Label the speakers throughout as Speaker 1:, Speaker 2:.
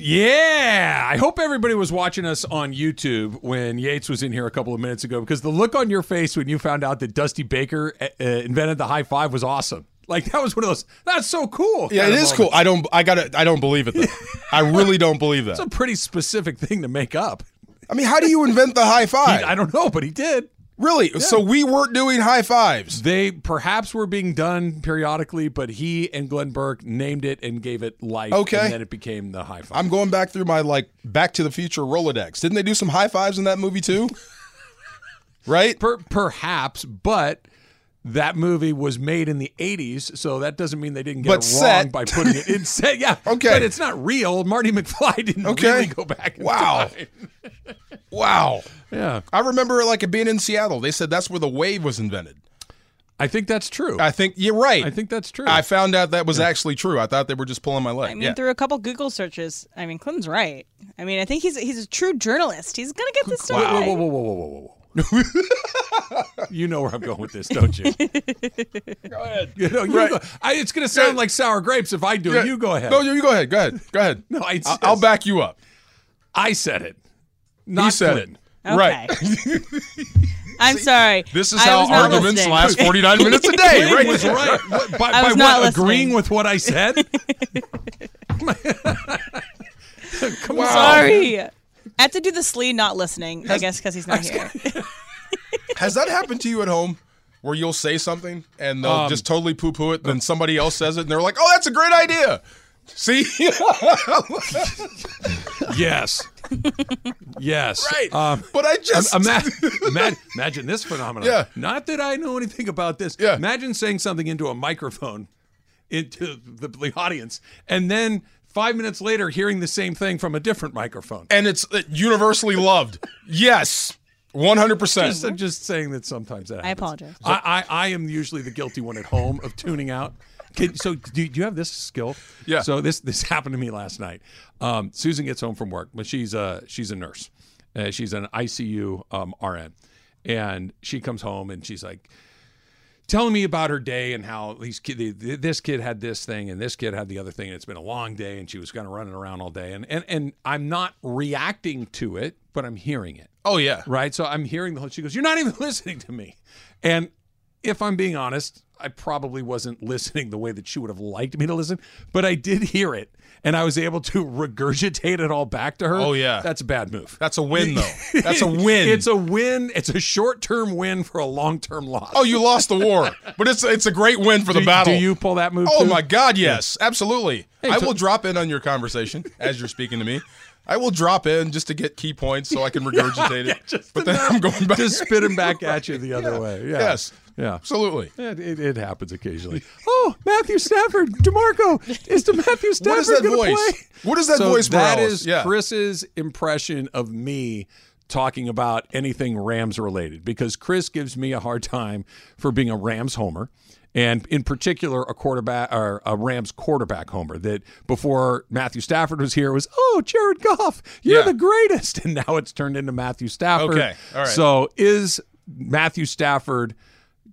Speaker 1: Yeah. I hope everybody was watching us on YouTube when Yates was in here a couple of minutes ago because the look on your face when you found out that Dusty Baker uh, uh, invented the high five was awesome. Like that was one of those. That's so cool.
Speaker 2: Yeah, it
Speaker 1: kind of
Speaker 2: is cool.
Speaker 1: moments.
Speaker 2: I don't. I got. I don't believe it. Though. I really don't believe
Speaker 1: It's a
Speaker 2: that.
Speaker 1: pretty specific thing to make up.
Speaker 2: I mean, how do you invent the high five?
Speaker 1: He- I don't know, but he did.
Speaker 2: really? So we weren't doing high fives.
Speaker 1: They perhaps were being done periodically, but he and Glenn Burke named it and gave it life.
Speaker 2: Okay.
Speaker 1: and then it became the high five.
Speaker 2: I'm going back through my like Back to the Future Rolodex. Didn't they do some high fives in that movie too? right?
Speaker 1: Per- perhaps, but that movie was made in the 80s, so that doesn't mean they didn't get
Speaker 2: But
Speaker 1: it wrong
Speaker 2: set.
Speaker 1: by putting it in set. Yeah.
Speaker 2: Okay.
Speaker 1: But it's not real. Marty McFly didn't
Speaker 2: Okay.
Speaker 1: really go back. in
Speaker 2: Wow.
Speaker 1: time.
Speaker 2: Wow.
Speaker 1: Yeah.
Speaker 2: I remember like it being in Seattle. They said that's where the wave was invented.
Speaker 1: I think that's true. I,
Speaker 2: I think you're right.
Speaker 1: think that's true.
Speaker 2: I found out that was actually true. I thought they were just pulling my leg.
Speaker 3: I mean,
Speaker 2: yeah.
Speaker 3: through a couple Google searches, I mean, Clinton's right. I mean, I think he's he's a true journalist. He's gonna get this stuff
Speaker 1: whoa,
Speaker 3: right.
Speaker 1: whoa, whoa, whoa, whoa, whoa, whoa, whoa. you know where I'm going with this, don't you? go ahead. You know, you
Speaker 2: Right.
Speaker 1: go- I, it's going to sound
Speaker 2: Yeah.
Speaker 1: like sour grapes if I do
Speaker 2: Yeah.
Speaker 1: it. You go ahead.
Speaker 2: No, you, you go ahead. Go ahead. Go ahead.
Speaker 1: No, I
Speaker 2: I, will
Speaker 1: insist.
Speaker 2: back you up.
Speaker 1: I said it. Not
Speaker 2: he said
Speaker 1: Clinton.
Speaker 2: it. Right.
Speaker 3: Okay. I'm sorry.
Speaker 2: This is
Speaker 3: I
Speaker 2: how
Speaker 3: was not
Speaker 2: arguments
Speaker 3: listening.
Speaker 2: last 49 minutes a day.
Speaker 1: Clinton
Speaker 2: Right?
Speaker 1: was right. What, by
Speaker 3: I
Speaker 1: by
Speaker 3: was
Speaker 1: what?
Speaker 3: not listening.
Speaker 1: Agreeing with what I said? Come on.
Speaker 3: Sorry. I have to do the Slee not listening, I guess, because he's not here.
Speaker 2: Has that happened to you at home? Where you'll say something and they'll
Speaker 1: Um,
Speaker 2: just totally poo poo it, then somebody else says it and they're like, oh, that's a great idea. See?
Speaker 1: Yes. yes.
Speaker 2: right.
Speaker 1: Um,
Speaker 2: but I just.
Speaker 1: imagine, imagine this phenomenon.
Speaker 2: Yeah.
Speaker 1: Not that I know anything about this.
Speaker 2: Yeah.
Speaker 1: Imagine saying something into a microphone, into the, the audience, and then five minutes later hearing the same thing from a different microphone.
Speaker 2: and it's uh, universally loved. Yes. 100%.
Speaker 1: Just, I'm just saying that sometimes that happens.
Speaker 3: I apologize.
Speaker 1: I, I, I am usually the guilty one at home of tuning out. Can, so do, do you have this skill?
Speaker 2: Yeah.
Speaker 1: So this this happened to me last night. Um, Susan gets home from work, but she's a she's a nurse. Uh, she's an ICU um, RN, and she comes home and she's like, telling me about her day and how these kid, th- th- this kid had this thing and this kid had the other thing and it's been a long day and she was kind of running around all day and and and I'm not reacting to it, but I'm hearing it
Speaker 2: oh, yeah.
Speaker 1: right? So I'm hearing the whole. She goes, "You're not even listening to me," and if I'm being honest, I probably wasn't listening the way that she would have liked me to listen, but I did hear it, and I was able to regurgitate it all back to her.
Speaker 2: Oh, yeah.
Speaker 1: that's a bad move.
Speaker 2: That's a win, though. That's a win.
Speaker 1: it's a win. It's a short-term win for a long-term loss.
Speaker 2: oh, you lost the war, but it's it's a great win for the
Speaker 1: do,
Speaker 2: battle.
Speaker 1: Do you pull that move?
Speaker 2: Oh
Speaker 1: too?
Speaker 2: my God! Yes, absolutely. I
Speaker 1: so-
Speaker 2: will drop in on your conversation as you're speaking to me. I will drop in just to get key points so I can regurgitate it.
Speaker 1: just
Speaker 2: but then
Speaker 1: enough
Speaker 2: I'm going back.
Speaker 1: to spit him back at you the other way. Yeah.
Speaker 2: Yes.
Speaker 1: Yeah.
Speaker 2: Absolutely.
Speaker 1: It, it, it happens occasionally. Oh, Matthew Stafford, Demarco, is the Matthew Stafford
Speaker 2: What is that
Speaker 1: gonna
Speaker 2: voice?
Speaker 1: play?
Speaker 2: What is that
Speaker 1: so
Speaker 2: voice?
Speaker 1: That
Speaker 2: Morales?
Speaker 1: is
Speaker 2: yeah.
Speaker 1: Chris's impression of me talking about anything Rams related because Chris gives me a hard time for being a Rams homer. And in particular, a quarterback or a Rams quarterback homer that before Matthew Stafford was here was, oh, Jared Goff, you're
Speaker 2: Yeah.
Speaker 1: the greatest. And now it's turned into Matthew Stafford.
Speaker 2: Okay, all right.
Speaker 1: So is Matthew Stafford?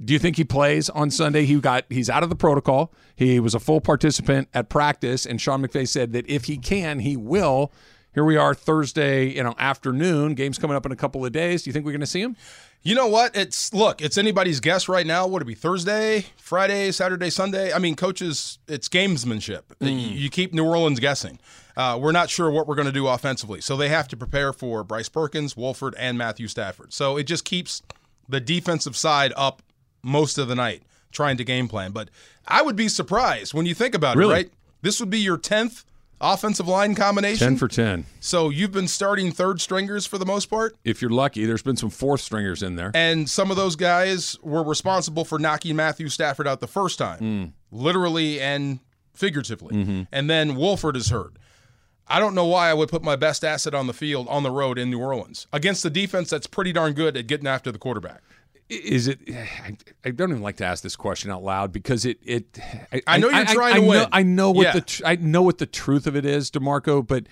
Speaker 1: Do you think he plays on Sunday? He got he's out of the protocol. He was a full participant at practice, and Sean McVay said that if he can, he will. Here we are Thursday, you know, afternoon. Game's coming up in a couple of days. Do you think we're going to see him?
Speaker 2: You know what? It's look. It's anybody's guess right now. Would it be Thursday, Friday, Saturday, Sunday? I mean, coaches. It's gamesmanship. You keep New Orleans guessing. Uh, we're not sure what we're going to do offensively, so they have to prepare for Bryce Perkins, Wolford, and Matthew Stafford. So it just keeps the defensive side up most of the night, trying to game plan. But I would be surprised when you think about
Speaker 1: Really?
Speaker 2: it. Right? This would be your tenth offensive line combination.
Speaker 1: Ten for ten.
Speaker 2: so you've been starting third stringers for the most part.
Speaker 1: If you're lucky, there's been some fourth stringers in there.
Speaker 2: And some of those guys were responsible for knocking Matthew Stafford out the first time, literally and figuratively. And then Wolford is hurt. I don't know why I would put my best asset on the field on the road in New Orleans against a defense that's pretty darn good at getting after the quarterback.
Speaker 1: is it I, I don't even like to ask this question out loud because it it
Speaker 2: I know you're trying
Speaker 1: I
Speaker 2: to
Speaker 1: know,
Speaker 2: win.
Speaker 1: I know what
Speaker 2: Yeah.
Speaker 1: the tr- I know what the truth of it is DeMarco but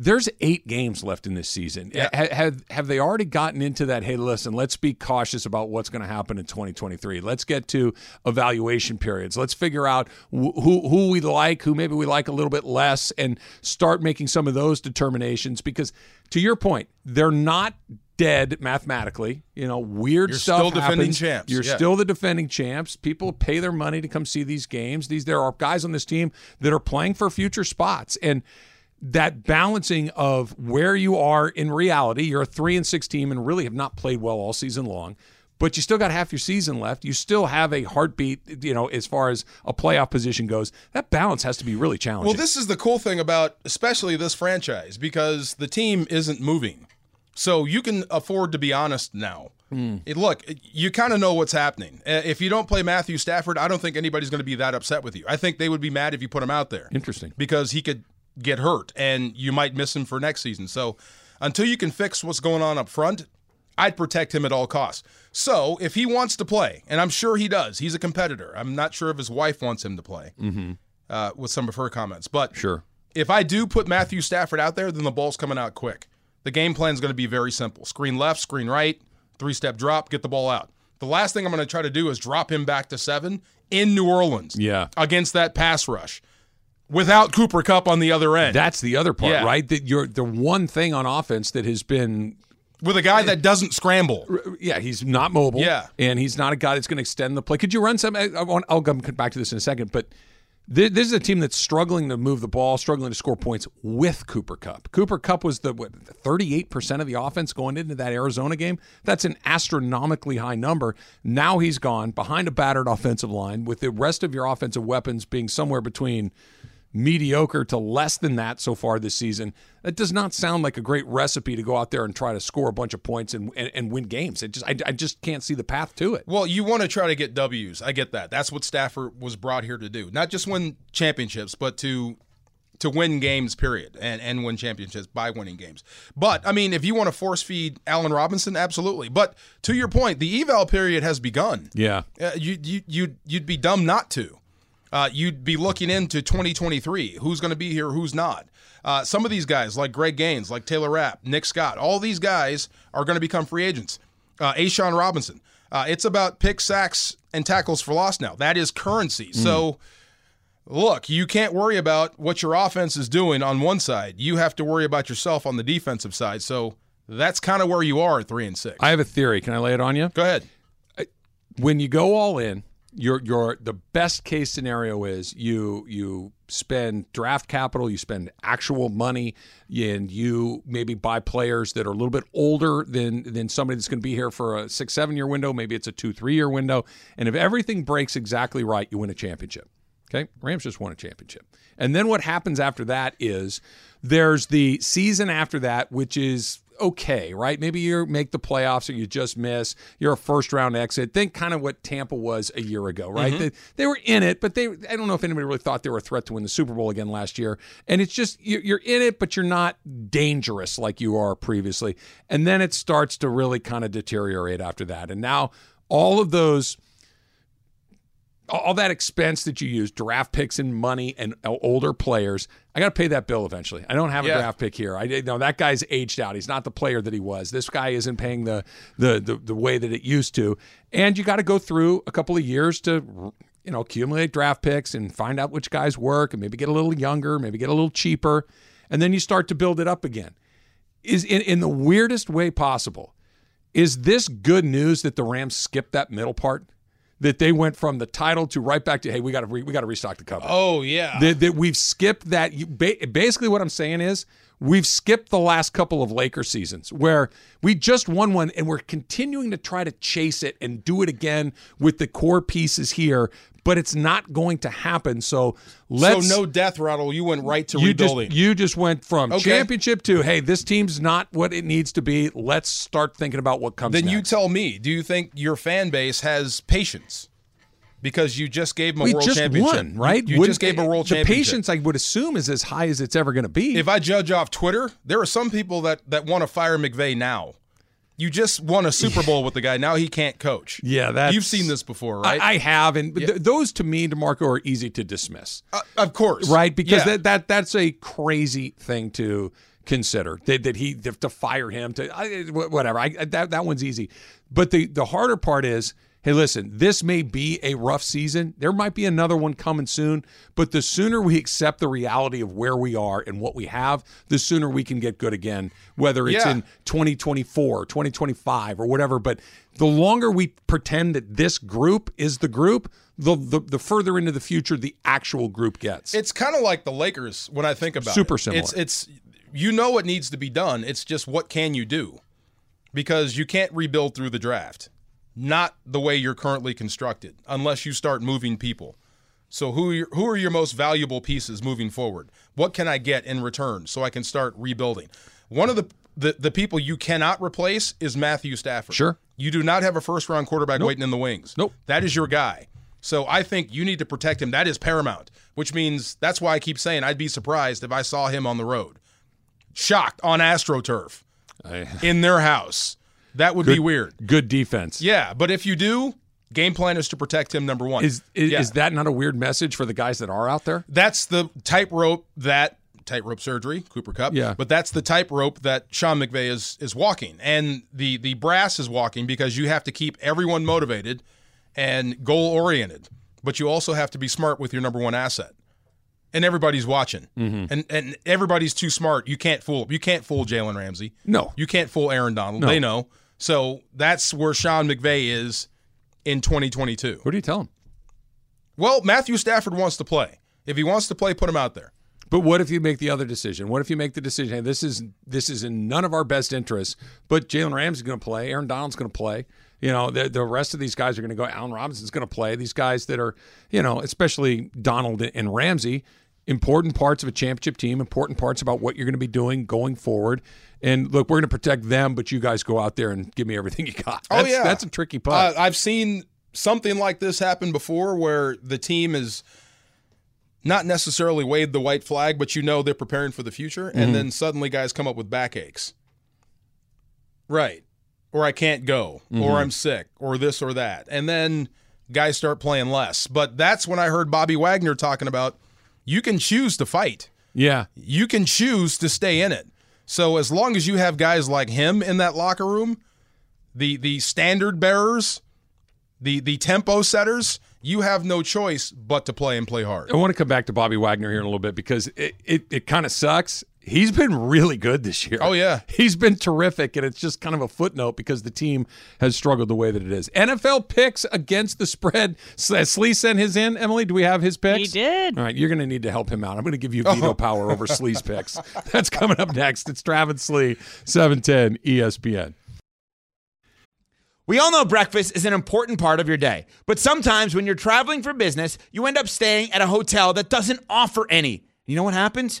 Speaker 1: There's eight games left in this season.
Speaker 2: Yeah.
Speaker 1: Ha- Have, have they already gotten into that? Hey, listen, let's be cautious about what's going to happen in 2023. Let's get to evaluation periods. Let's figure out wh- who who we like, who maybe we like a little bit less, and start making some of those determinations. Because to your point, they're not dead mathematically. You know, weird
Speaker 2: You're
Speaker 1: stuff.
Speaker 2: still defending
Speaker 1: happens.
Speaker 2: champs,
Speaker 1: You're
Speaker 2: yeah.
Speaker 1: still the defending champs. People pay their money to come see these games. These there are guys on this team that are playing for future spots and that balancing of where you are in reality, you're a three and six team and really have not played well all season long, but you still got half your season left. You still have a heartbeat, you know, as far as a playoff position goes. That balance has to be really challenging.
Speaker 2: Well, this is the cool thing about especially this franchise because the team isn't moving. So you can afford to be honest now. It- look, you kind of know what's happening. Uh, If you don't play Matthew Stafford, I don't think anybody's going to be that upset with you. I think they would be mad if you put him out there
Speaker 1: Interesting.
Speaker 2: because he could get hurt and you might miss him for next season. So until you can fix what's going on up front, I'd protect him at all costs. So if he wants to play, and I'm sure he does, he's a competitor. I'm not sure if his wife wants him to play uh, with some of her comments. But
Speaker 1: Mm-hmm. Sure.
Speaker 2: if I do put Matthew Stafford out there, then the ball's coming out quick. The game plan is going to be very simple screen left, screen right, three step drop, get the ball out. The last thing I'm going to try to do is drop him back to seven in New Orleans
Speaker 1: Yeah.
Speaker 2: against that pass rush without Cooper Cup on the other end
Speaker 1: That's the other part,
Speaker 2: Yeah.
Speaker 1: right? That you're the one thing on offense that has been
Speaker 2: with a guy that doesn't scramble.
Speaker 1: yeah, he's not mobile.
Speaker 2: Yeah.
Speaker 1: and he's not a guy that's going to extend the play. Could you run some? I I want, I'll come back to this in a second, but thi- this is a team that's struggling to move the ball, struggling to score points with Cooper Cup. Cooper Cup was the thirty-eight percent of the offense going into that Arizona game. That's an astronomically high number. Now he's gone behind a battered offensive line with the rest of your offensive weapons being somewhere between mediocre to less than that so far this season. That does not sound like a great recipe to go out there and try to score a bunch of points and and, and win games. It just I, I just can't see the path to it.
Speaker 2: Well, you want to try to get W's. I get that. That's what Stafford was brought here to do. Not just win championships, but to to win games, period, and and win championships by winning games. But I mean, if you want to force feed Allen Robinson, absolutely. But to your point, the eval period has begun.
Speaker 1: Yeah.
Speaker 2: Uh, you you you'd, you'd be dumb not to. Uh, you'd be looking into 2023. Who's going to be here? Who's not? Uh, some of these guys, like Greg Gaines, like Taylor Rapp, Nick Scott, all these guys are going to become free agents. Uh, Ashawn Robinson. Uh, it's about pick sacks and tackles for loss now. That is currency. So, look, you can't worry about what your offense is doing on one side. You have to worry about yourself on the defensive side. So that's kind of where you are at three and six.
Speaker 1: I have a theory. Can I lay it on you?
Speaker 2: Go ahead.
Speaker 1: When you go all in, your your the best case scenario is you you spend draft capital, you spend actual money, and you maybe buy players that are a little bit older than than somebody that's going to be here for a six seven year window. Maybe it's a two three year window. And if everything breaks exactly right, you win a championship. Okay, Rams just won a championship. And then what happens after that is there's the season after that, which is okay, right? Maybe you make the playoffs or you just miss. You're a first round exit. Think kind of what Tampa was a year ago, right? They, they were in it, but they I don't know if anybody really thought they were a threat to win the Super Bowl again last year. And it's just you're, you're in it, but you're not dangerous like you are previously. And then it starts to really kind of deteriorate after that. And now all of those all that expense that you use, draft picks and money and uh, older players, I got to pay that bill eventually. I don't have a
Speaker 2: Yeah.
Speaker 1: draft pick here. I no, that guy's aged out. He's not the player that he was. This guy isn't paying the the the, the way that it used to. And you got to go through a couple of years to you know accumulate draft picks and find out which guys work and maybe get a little younger, maybe get a little cheaper, and then you start to build it up again. Is in, in the weirdest way possible is this good news that the Rams skipped that middle part? That they went from the title to right back to hey, we got to re- we got to restock the cover.
Speaker 2: Oh yeah.
Speaker 1: That, that we've skipped that. you- ba- Basically, what I'm saying is we've skipped the last couple of Laker seasons where we just won one, and we're continuing to try to chase it and do it again with the core pieces here, but it's not going to happen. So let's
Speaker 2: so no death rattle. You went right to
Speaker 1: you
Speaker 2: rebuilding.
Speaker 1: just you just went from
Speaker 2: Okay.
Speaker 1: championship to hey, this team's not what it needs to be. Let's start thinking about what comes.
Speaker 2: then
Speaker 1: next.
Speaker 2: you tell me, do you think your fan base has patience? Because you just gave them a
Speaker 1: we
Speaker 2: world
Speaker 1: just
Speaker 2: championship,
Speaker 1: won, right?
Speaker 2: You, you
Speaker 1: Wouldn't-
Speaker 2: just gave 'em a world
Speaker 1: the
Speaker 2: championship.
Speaker 1: patience, I would assume, is as high as it's ever going to be.
Speaker 2: If I judge off Twitter, there are some people that that want to fire McVay now. You just won a Super Bowl with the guy. Now he can't coach.
Speaker 1: Yeah, that's-
Speaker 2: you've seen this before,
Speaker 1: I-
Speaker 2: right?
Speaker 1: I, have, and th- those to me, Demarco, are easy to dismiss,
Speaker 2: Uh, of course,
Speaker 1: right? Because
Speaker 2: Yeah.
Speaker 1: that, that that's a crazy thing to consider that, that he to, to fire him to I, wh- whatever. I, that that one's easy, but the the harder part is. Hey, listen, this may be a rough season. There might be another one coming soon, but the sooner we accept the reality of where we are and what we have, the sooner we can get good again, whether it's
Speaker 2: Yeah.
Speaker 1: in 2024, 2025, or whatever. But the longer we pretend that this group is the group, the the, the further into the future the actual group gets.
Speaker 2: It's kind of like the Lakers when I think about
Speaker 1: Super
Speaker 2: it.
Speaker 1: similar.
Speaker 2: It's it's you know what needs to be done. It's just what can you do? Because you can't rebuild through the draft. Not the way you're currently constructed unless you start moving people. So who are your, who are your most valuable pieces moving forward? What can I get in return so I can start rebuilding? One of the the, the people you cannot replace is Matthew Stafford.
Speaker 1: Sure.
Speaker 2: You do not have a first round quarterback waiting in the wings.
Speaker 1: Nope.
Speaker 2: That is your guy. So I think you need to protect him. That is paramount, which means that's why I keep saying I'd be surprised if I saw him on the road. Shocked on AstroTurf
Speaker 1: I-
Speaker 2: in their house. That would be weird.
Speaker 1: good defense.
Speaker 2: Yeah, but if you do, game plan is to protect him number 1.
Speaker 1: Is is,
Speaker 2: Yeah.
Speaker 1: is that not a weird message for the guys that are out there?
Speaker 2: that's the tightrope that tightrope surgery, Cooper Cup.
Speaker 1: Yeah.
Speaker 2: But that's the tightrope that Sean McVay is is walking, and the the brass is walking because you have to keep everyone motivated and goal oriented, but you also have to be smart with your number one asset. And everybody's watching, and and everybody's too smart. You can't fool. You can't fool Jalen Ramsey.
Speaker 1: No.
Speaker 2: You can't fool Aaron Donald. They know. So that's where Sean McVay is in 2022.
Speaker 1: What do you tell them?
Speaker 2: Well, Matthew Stafford wants to play. If he wants to play, put him out there.
Speaker 1: But what if you make the other decision? What if you make the decision? Hey, this is this is in none of our best interests. But Jalen Ramsey's going to play. Aaron Donald's going to play. You know, the, the rest of these guys are going to go. Allen Robinson's going to play. These guys that are, you know, especially Donald and Ramsey, important parts of a championship team. Important parts about what you're going to be doing going forward. And look, we're going to protect them, but you guys go out there and give me everything you got. That's,
Speaker 2: Oh, yeah.
Speaker 1: that's a tricky
Speaker 2: Uh,
Speaker 1: putt.
Speaker 2: I've seen something like this happen before where the team is not necessarily waved the white flag, but you know they're preparing for the future. And then suddenly guys come up with backaches. Right. Or I can't go, or I'm sick, or this or that. And then guys start playing less. But that's when I heard Bobby Wagner talking about you can choose to fight
Speaker 1: yeah,
Speaker 2: you can choose to stay in it. So as long as you have guys like him in that locker room, the the standard bearers, the the tempo setters, you have no choice but to play and play hard.
Speaker 1: I want to come back to Bobby Wagner here in a little bit because it, it, it kind of sucks. He's been really good this year.
Speaker 2: Oh, yeah.
Speaker 1: He's been terrific, and it's just kind of a footnote because the team has struggled the way that it is. NFL picks against the spread. S- uh, Slee sent his in. Emily, do we have his picks?
Speaker 3: He did.
Speaker 1: All right, you're going to need to help him out. I'm going to give you
Speaker 2: Oh.
Speaker 1: veto power over Slee's picks. That's coming up next. It's Travis Slee, E 710 ESPN.
Speaker 4: We all know breakfast is an important part of your day, but sometimes when you're traveling for business, you end up staying at a hotel that doesn't offer any. You know what happens?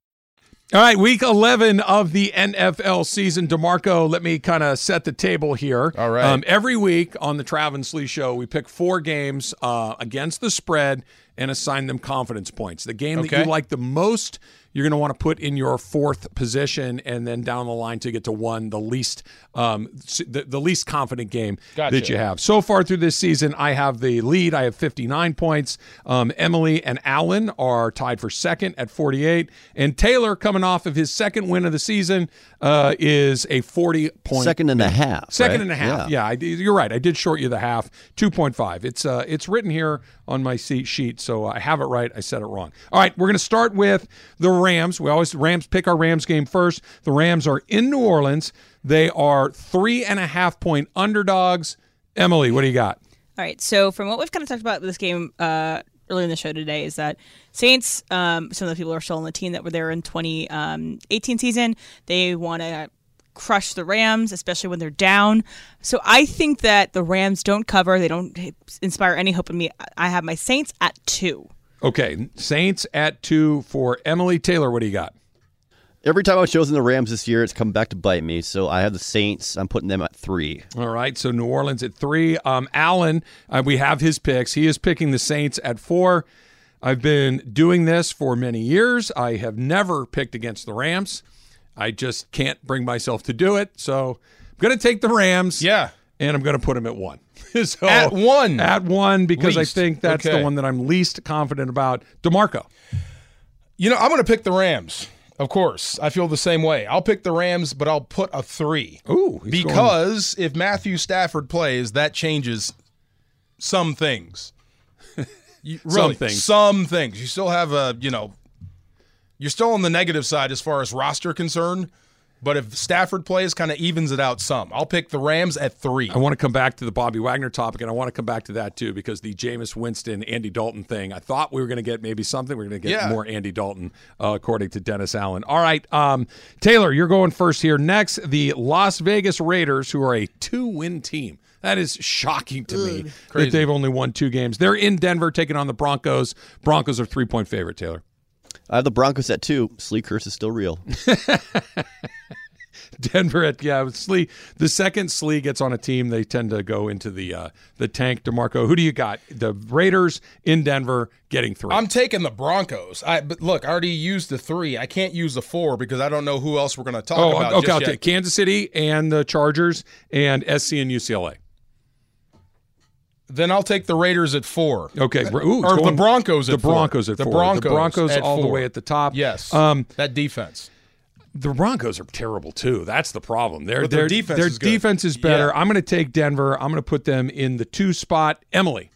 Speaker 1: All right, week 11 of the NFL season. DeMarco, let me kind of set the table here.
Speaker 2: All right.
Speaker 1: Um, every week on the Travis Lee Show, we pick four games uh, against the spread and assign them confidence points. The game that
Speaker 2: Okay.
Speaker 1: you like the most, you're going to want to put in your fourth position, and then down the line to get to one, the least, um, s- the, the least confident game that you have. So far through this season, I have the lead. I have 59 points. Um, Emily and Allen are tied for second at 48, and Taylor, coming off of his second win of the season, uh, is a 40 point
Speaker 5: Second and a half.
Speaker 1: Second
Speaker 5: right?
Speaker 1: and a half. Yeah, I, you're right. I did short you the half. Two point five. It's uh, it's written here on my seat sheet, so I have it right. I said it wrong. All right, we're going to start with the Rams. We always Rams pick our Rams game first. The Rams are in New Orleans. They are three and a half point underdogs. Emily, what do you got?
Speaker 3: All right. So from what we've kind of talked about this game uh, earlier in the show today is that Saints, um, some of the people are still on the team that were there in 2018 season. They want to crush the Rams, especially when they're down. So I think that the Rams don't cover. They don't inspire any hope in me. I have my Saints at two.
Speaker 1: Okay, Saints at two for Emily Taylor. What do you got?
Speaker 5: Every time I've chosen the Rams this year, it's come back to bite me. So I have the Saints. I'm putting them at three.
Speaker 1: All right, so New Orleans at three. Um, Allen, uh, we have his picks. He is picking the Saints at four. I've been doing this for many years. I have never picked against the Rams. I just can't bring myself to do it. So I'm going to take the Rams.
Speaker 2: Yeah.
Speaker 1: And I'm going to put them at one. so
Speaker 2: At one?
Speaker 1: At one because
Speaker 2: Least.
Speaker 1: I think that's
Speaker 2: Okay.
Speaker 1: the one that I'm least confident about. DeMarco.
Speaker 2: You know, I'm going to pick the Rams. Of course, I feel the same way. I'll pick the Rams, but I'll put a three.
Speaker 1: Ooh. he's going-
Speaker 2: because if Matthew Stafford plays, that changes some things. You- really,
Speaker 1: things.
Speaker 2: Some things. You still have a, you know, you're still on the negative side as far as roster concern. But if Stafford plays, kind of evens it out some. I'll pick the Rams at three.
Speaker 1: I want to come back to the Bobby Wagner topic, and I want to come back to that too because the Jameis Winston, Andy Dalton thing. I thought we were going to get maybe something. We're going to get
Speaker 2: Yeah.
Speaker 1: more Andy Dalton, uh, according to Dennis Allen. All right, um, Taylor, you're going first here. Next, the Las Vegas Raiders, who are a two-win team. That is shocking to me that they've only won two games. They're in Denver taking on the Broncos. Broncos are three-point favorite. Taylor,
Speaker 5: I have the Broncos at two. Slee curse is still real.
Speaker 1: Denver at yeah. Slee, the second Slee gets on a team, they tend to go into the uh, the tank. Demarco, who do you got? The Raiders in Denver getting three.
Speaker 2: I'm taking the Broncos. I but look, I already used the three. I can't use the four because I don't know who else we're going to talk
Speaker 1: Oh,
Speaker 2: about.
Speaker 1: okay.
Speaker 2: just
Speaker 1: I'll
Speaker 2: yet.
Speaker 1: take Kansas City and the Chargers and SC and UCLA.
Speaker 2: Then I'll take the Raiders at four.
Speaker 1: Okay. Ooh, it's
Speaker 2: Uh, Or the
Speaker 1: going-
Speaker 2: Broncos
Speaker 1: The
Speaker 2: at four.
Speaker 1: Broncos at
Speaker 2: The
Speaker 1: four.
Speaker 2: Broncos
Speaker 1: the Broncos
Speaker 2: at
Speaker 1: all the
Speaker 2: four.
Speaker 1: way at the top.
Speaker 2: Yes.
Speaker 1: Um,
Speaker 2: that defense.
Speaker 1: the Broncos are terrible too. That's the problem. Their,
Speaker 2: But their
Speaker 1: defense,
Speaker 2: defense
Speaker 1: their
Speaker 2: is good.
Speaker 1: defense is better.
Speaker 2: Yeah.
Speaker 1: I'm going to take Denver. I'm going to put them in the two spot. Emily.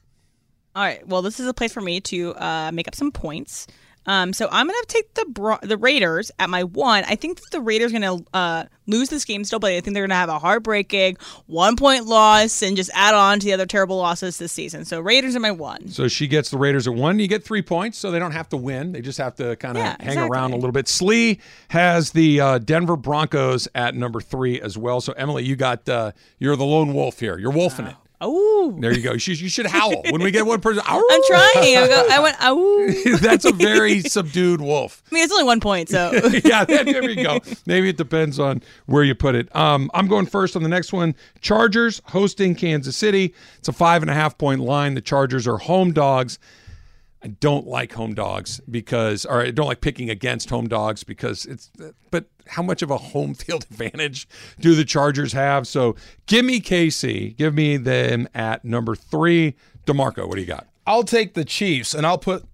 Speaker 3: All right. Well, this is a place for me to uh, make up some points. Um, so I'm going to take the Bro- the Raiders at my one. I think that the Raiders are going to uh, lose this game still, but I think they're going to have a heartbreaking one point loss and just add on to the other terrible losses this season. So Raiders are my one.
Speaker 1: So she gets the Raiders at one. You get three points, so they don't have to win. They just have to kind of
Speaker 3: Yeah,
Speaker 1: hang around a
Speaker 3: exactly.
Speaker 1: little bit. Slee has the uh, Denver Broncos at number three as well. So Emily, you got uh, you're the lone wolf here. You're wolfing it.
Speaker 3: Oh,
Speaker 1: There you go. You should, you should howl when we get one person.
Speaker 3: I'm trying. I, go, I went. Oh, I
Speaker 1: That's a very subdued wolf.
Speaker 3: mean it's only one point, so
Speaker 1: yeah, there, there you go. Maybe it depends on where you put it. Um, I'm going first on the next one. Chargers hosting Kansas City. It's a five and a half point line. The Chargers are home dogs. I don't like home dogs because, or I don't like picking against home dogs because it's, but how much of a home field advantage do the Chargers have? So give me KC. Give me them at number three. DeMarco, what do you got?
Speaker 2: I'll take the Chiefs and I'll put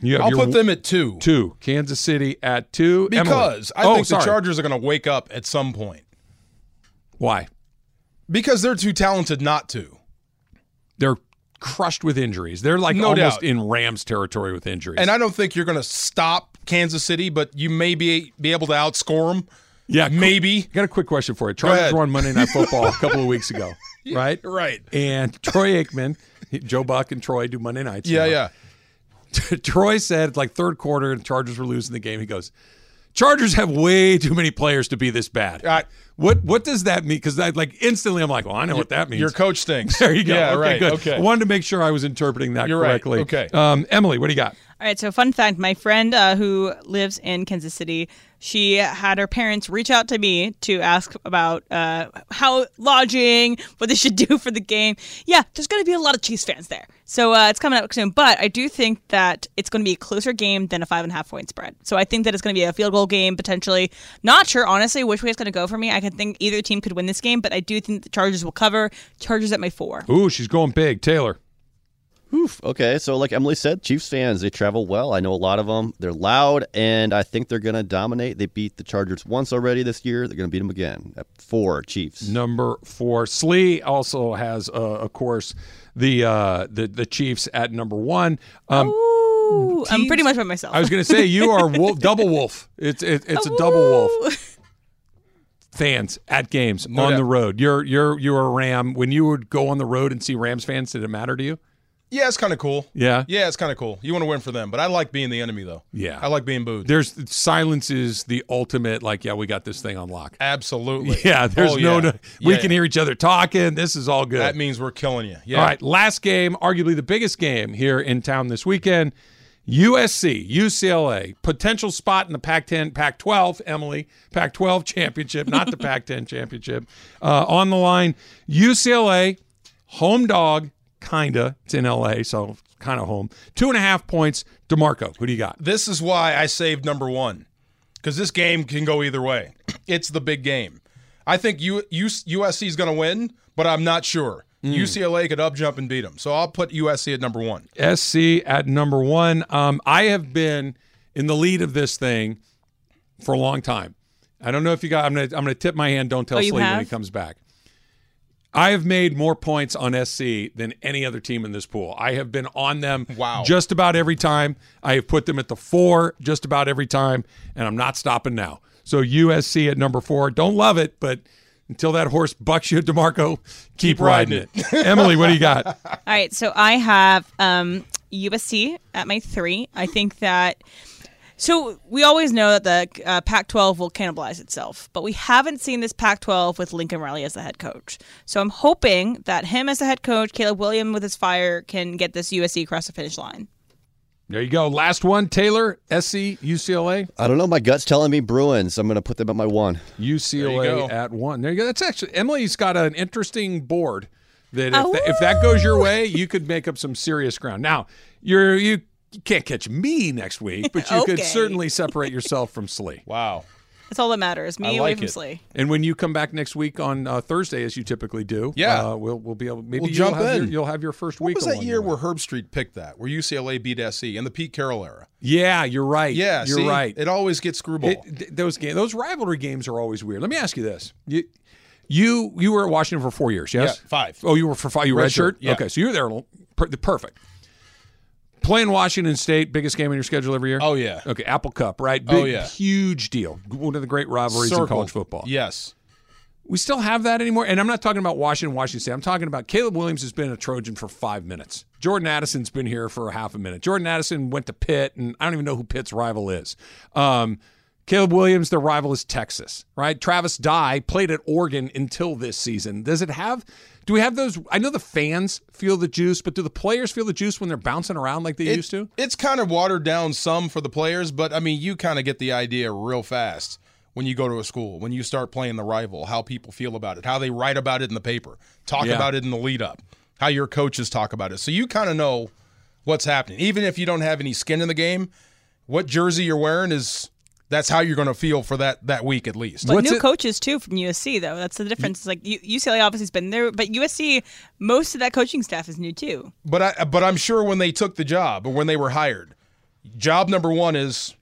Speaker 1: You have
Speaker 2: I'll
Speaker 1: your
Speaker 2: put them at two
Speaker 1: two. Kansas City at two. Emily.
Speaker 2: because I
Speaker 1: Oh,
Speaker 2: think
Speaker 1: sorry.
Speaker 2: the Chargers are going to wake up at some point
Speaker 1: Why?
Speaker 2: because they're too talented not to.
Speaker 1: They're crushed with injuries. They're like
Speaker 2: No
Speaker 1: almost
Speaker 2: doubt.
Speaker 1: in Rams territory with injuries.
Speaker 2: And I don't think you're going to stop Kansas City, but you may be be able to outscout them.
Speaker 1: yeah, qu-
Speaker 2: Maybe
Speaker 1: got a quick question for you. Chargers
Speaker 2: ahead.
Speaker 1: won Monday Night Football a couple of weeks ago, right?
Speaker 2: right.
Speaker 1: And Troy Aikman, Joe Buck, and Troy do Monday nights.
Speaker 2: Yeah,
Speaker 1: now.
Speaker 2: yeah.
Speaker 1: Troy said like third quarter and Chargers were losing the game. He goes, Chargers have way too many players to be this bad.
Speaker 2: I-
Speaker 1: what what does that mean? Because I like instantly I'm like, well, I know what that means.
Speaker 2: Your coach stinks.
Speaker 1: there you go.
Speaker 2: Yeah,
Speaker 1: okay,
Speaker 2: right.
Speaker 1: good.
Speaker 2: Okay.
Speaker 1: Wanted to make sure I was interpreting that
Speaker 2: You're right.
Speaker 1: correctly.
Speaker 2: Okay.
Speaker 1: Um, Emily, what do you got?
Speaker 3: All right, so fun fact my friend uh, who lives in Kansas City, she had her parents reach out to me to ask about uh, how lodging, what they should do for the game. Yeah, there's going to be a lot of Chiefs fans there. So uh, it's coming up soon. But I do think that it's going to be a closer game than a five and a half point spread. So I think that it's going to be a field goal game potentially. Not sure, honestly, which way it's going to go for me. I could think either team could win this game, but I do think the Chargers will cover. Chargers at my four.
Speaker 1: Ooh, she's going big. Taylor.
Speaker 5: Oof. Okay. So, like Emily said, Chiefs fans, they travel well. I know a lot of them. They're loud, and I think they're going to dominate. They beat the Chargers once already this year. They're going to beat them again at four, Chiefs.
Speaker 1: Number four, Slee also has, uh, of course, the uh, the the Chiefs at number one. Um,
Speaker 3: Ooh, I'm pretty much by myself.
Speaker 1: I was going to say you are wolf, double wolf. It's it, it's a double wolf. Fans at games on
Speaker 2: doubt.
Speaker 1: the road. You're you're you're a Ram. When you would go on the road and see Rams fans, did it matter to you?
Speaker 2: Yeah, it's kind of cool.
Speaker 1: Yeah.
Speaker 2: Yeah, it's kind of cool. You want to win for them, but I like being the enemy though.
Speaker 1: Yeah.
Speaker 2: I like being booed.
Speaker 1: There's silence is the ultimate. Like, yeah, we got this thing on lock.
Speaker 2: Absolutely.
Speaker 1: Yeah, there's
Speaker 2: Oh,
Speaker 1: no,
Speaker 2: yeah.
Speaker 1: no- We
Speaker 2: Yeah,
Speaker 1: can
Speaker 2: yeah.
Speaker 1: hear each other talking. This is all good.
Speaker 2: That means we're killing you. Yeah.
Speaker 1: All right, last game, arguably the biggest game here in town this weekend. USC, UCLA, potential spot in the Pac 10, Pac 12, Emily, Pac 12 championship, not the Pac 10 championship. Uh, on the line, UCLA, home dog, kinda. It's in LA, so kind of home. Two and a half points. DeMarco, who do you got?
Speaker 2: This is why I saved number one because this game can go either way. It's the big game. I think U- U- USC is going to win, but I'm not sure.
Speaker 1: Hmm.
Speaker 2: UCLA could up jump and beat them. So I'll put USC at number one.
Speaker 1: SC at number one. Um, I have been in the lead of this thing for a long time. I don't know if you got. I'm gonna. I'm gonna tip my hand. Don't tell
Speaker 3: Oh, you
Speaker 1: Slee when he
Speaker 3: have?
Speaker 1: comes back. I have made more points on SC than any other team in this pool. I have been on them
Speaker 2: Wow.
Speaker 1: just about every time. I have put them at the four just about every time, and I'm not stopping now. So USC at number four. Don't love it, but until that horse bucks you, Demarco, keep, riding,
Speaker 2: riding
Speaker 1: it. Emily, what do you got?
Speaker 3: All right, so I have um, USC at my three. I think that. So we always know that the uh, Pac-12 will cannibalize itself, but we haven't seen this Pac-12 with Lincoln Riley as the head coach. So I'm hoping that him as the head coach, Caleb William with his fire, can get this USC across the finish line.
Speaker 1: There you go. Last one, Taylor, E, SC, UCLA,
Speaker 5: I don't know. My gut's telling me Bruins. I'm going to put them at my one.
Speaker 1: UCLA
Speaker 2: go.
Speaker 1: at one. There you go. That's actually Emily's got an interesting board that if, tha- if that goes your way, you could make up some serious ground. Now you're you can't catch me next week, but you could
Speaker 3: Okay.
Speaker 1: certainly separate yourself from Slee.
Speaker 2: Wow.
Speaker 3: That's all that matters. Me
Speaker 2: I
Speaker 3: away
Speaker 2: like
Speaker 3: from
Speaker 2: it.
Speaker 3: Slee.
Speaker 1: And when you come back next week on uh, Thursday, as you typically do,
Speaker 2: Yeah.
Speaker 1: uh, we'll we'll be able maybe
Speaker 2: We'll
Speaker 1: you'll
Speaker 2: jump
Speaker 1: have Your,
Speaker 2: in.
Speaker 1: you'll have your first
Speaker 2: What
Speaker 1: week.
Speaker 2: was that
Speaker 1: along
Speaker 2: year
Speaker 1: the way.
Speaker 2: where Herb Street picked that, where UCLA beat SC in the Pete Carroll era?
Speaker 1: Yeah, you're right.
Speaker 2: Yeah,
Speaker 1: you're
Speaker 2: see?
Speaker 1: right.
Speaker 2: It always gets screwball.
Speaker 1: It, th- those games, those rivalry games are always weird. Let me ask you this: you, you, you were at Washington for four years, yes?
Speaker 2: Yeah, five.
Speaker 1: Oh, you were for five. You red,
Speaker 2: Red shirt, yeah.
Speaker 1: Okay, so you were there. l- per- the Perfect. Playing Washington State, biggest game on your schedule every year.
Speaker 2: Oh, yeah.
Speaker 1: Okay, Apple Cup, right? Big,
Speaker 2: Oh, yeah.
Speaker 1: Huge deal. One of the great rivalries in college football.
Speaker 2: Yes.
Speaker 1: We still have that anymore. And I'm not talking about Washington, Washington State. I'm talking about Caleb Williams has been a Trojan for five minutes. Jordan Addison's been here for a half a minute. Jordan Addison went to Pitt, and I don't even know who Pitt's rival is. Um, Caleb Williams, their rival is Texas, right? Travis Dye played at Oregon until this season. Does it have? Do we have those? I know the fans feel the juice, but do the players feel the juice when they're bouncing around like they
Speaker 2: It-
Speaker 1: used to?
Speaker 2: It's kind of watered down some for the players, but I mean, you kind of get the idea real fast when you go to a school, when you start playing the rival, how people feel about it, how they write about it in the paper, talk
Speaker 1: Yeah.
Speaker 2: about it in the lead up, how your coaches talk about it. So you kind of know what's happening. Even if you don't have any skin in the game, what jersey you're wearing is that's how you're going to feel for that that week at least.
Speaker 3: But
Speaker 1: What's
Speaker 3: new
Speaker 1: it-
Speaker 3: coaches too from USC though. That's the difference. It's like U- UCLA obviously has been there, but USC most of that coaching staff is new too.
Speaker 2: But I but I'm sure when they took the job or when they were hired, job number one is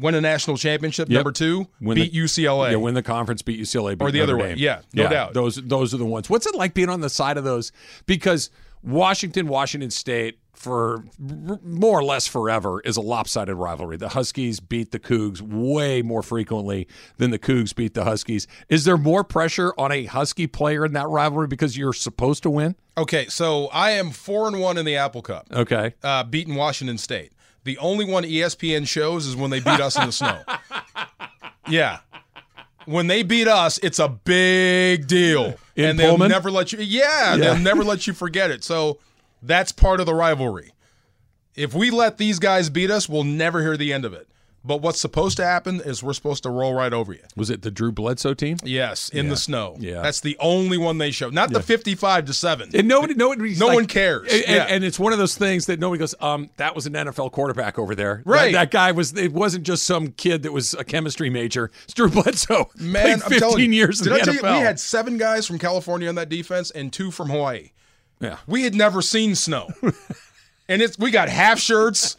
Speaker 2: win a national championship.
Speaker 1: Yep.
Speaker 2: Number two,
Speaker 1: Win
Speaker 2: beat
Speaker 1: the-
Speaker 2: UCLA.
Speaker 1: Yeah, win the conference, beat UCLA, beat
Speaker 2: Or the other
Speaker 1: Notre
Speaker 2: way.
Speaker 1: Dame.
Speaker 2: Yeah, no doubt.
Speaker 1: Those those are the ones. What's it like being on the side of those? Because Washington, Washington State, for r- more or less forever, is a lopsided rivalry. The Huskies beat the Cougs way more frequently than the Cougs beat the Huskies. Is there more pressure on a Husky player in that rivalry because you're supposed to win?
Speaker 2: Okay, so I am four and one in the Apple Cup,
Speaker 1: Okay.
Speaker 2: uh, beating Washington State. The only one E ESPN shows is when they beat us in the snow. Yeah. When they beat us, it's a big deal.
Speaker 1: In
Speaker 2: and they'll
Speaker 1: Pullman?
Speaker 2: never let you yeah,
Speaker 1: Yeah.
Speaker 2: they'll never let you forget it. So that's part of the rivalry. If we let these guys beat us, we'll never hear the end of it. But what's supposed to happen is we're supposed to roll right over you.
Speaker 1: Was it the Drew Bledsoe team?
Speaker 2: Yes, in the snow.
Speaker 1: Yeah.
Speaker 2: That's the only one they show. Not the 55 to 7.
Speaker 1: And nobody, nobody,
Speaker 2: No one cares.
Speaker 1: And, and-
Speaker 2: Yeah.
Speaker 1: and it's one of those things that nobody goes, um, that was an NFL quarterback over there. That-
Speaker 2: Right.
Speaker 1: That, guy was. It wasn't just some kid that was a chemistry major. It's Drew Bledsoe.
Speaker 2: Man,
Speaker 1: played
Speaker 2: I'm
Speaker 1: 15
Speaker 2: telling you,
Speaker 1: years in
Speaker 2: Did I
Speaker 1: the
Speaker 2: tell
Speaker 1: NFL.
Speaker 2: you, we had seven guys from California on that defense and two from Hawaii.
Speaker 1: Yeah.
Speaker 2: We had never seen snow, and it's we got half shirts.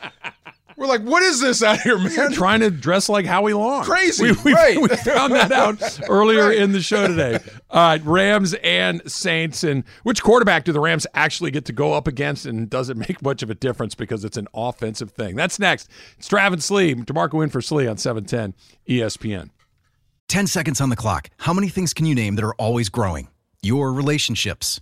Speaker 2: We're like, what is this out here, man?
Speaker 1: trying to dress like Howie Long.
Speaker 2: Crazy,
Speaker 1: We, we,
Speaker 2: right.
Speaker 1: we found that out earlier in the show today. All right, Rams and Saints. And which quarterback do the Rams actually get to go up against? And does it make much of a difference because it's an offensive thing? That's next. It's Travis Slee, DeMarco in for Slee on E 710 ESPN.
Speaker 6: 10 seconds on the clock. How many things can you name that are always growing? Your relationships,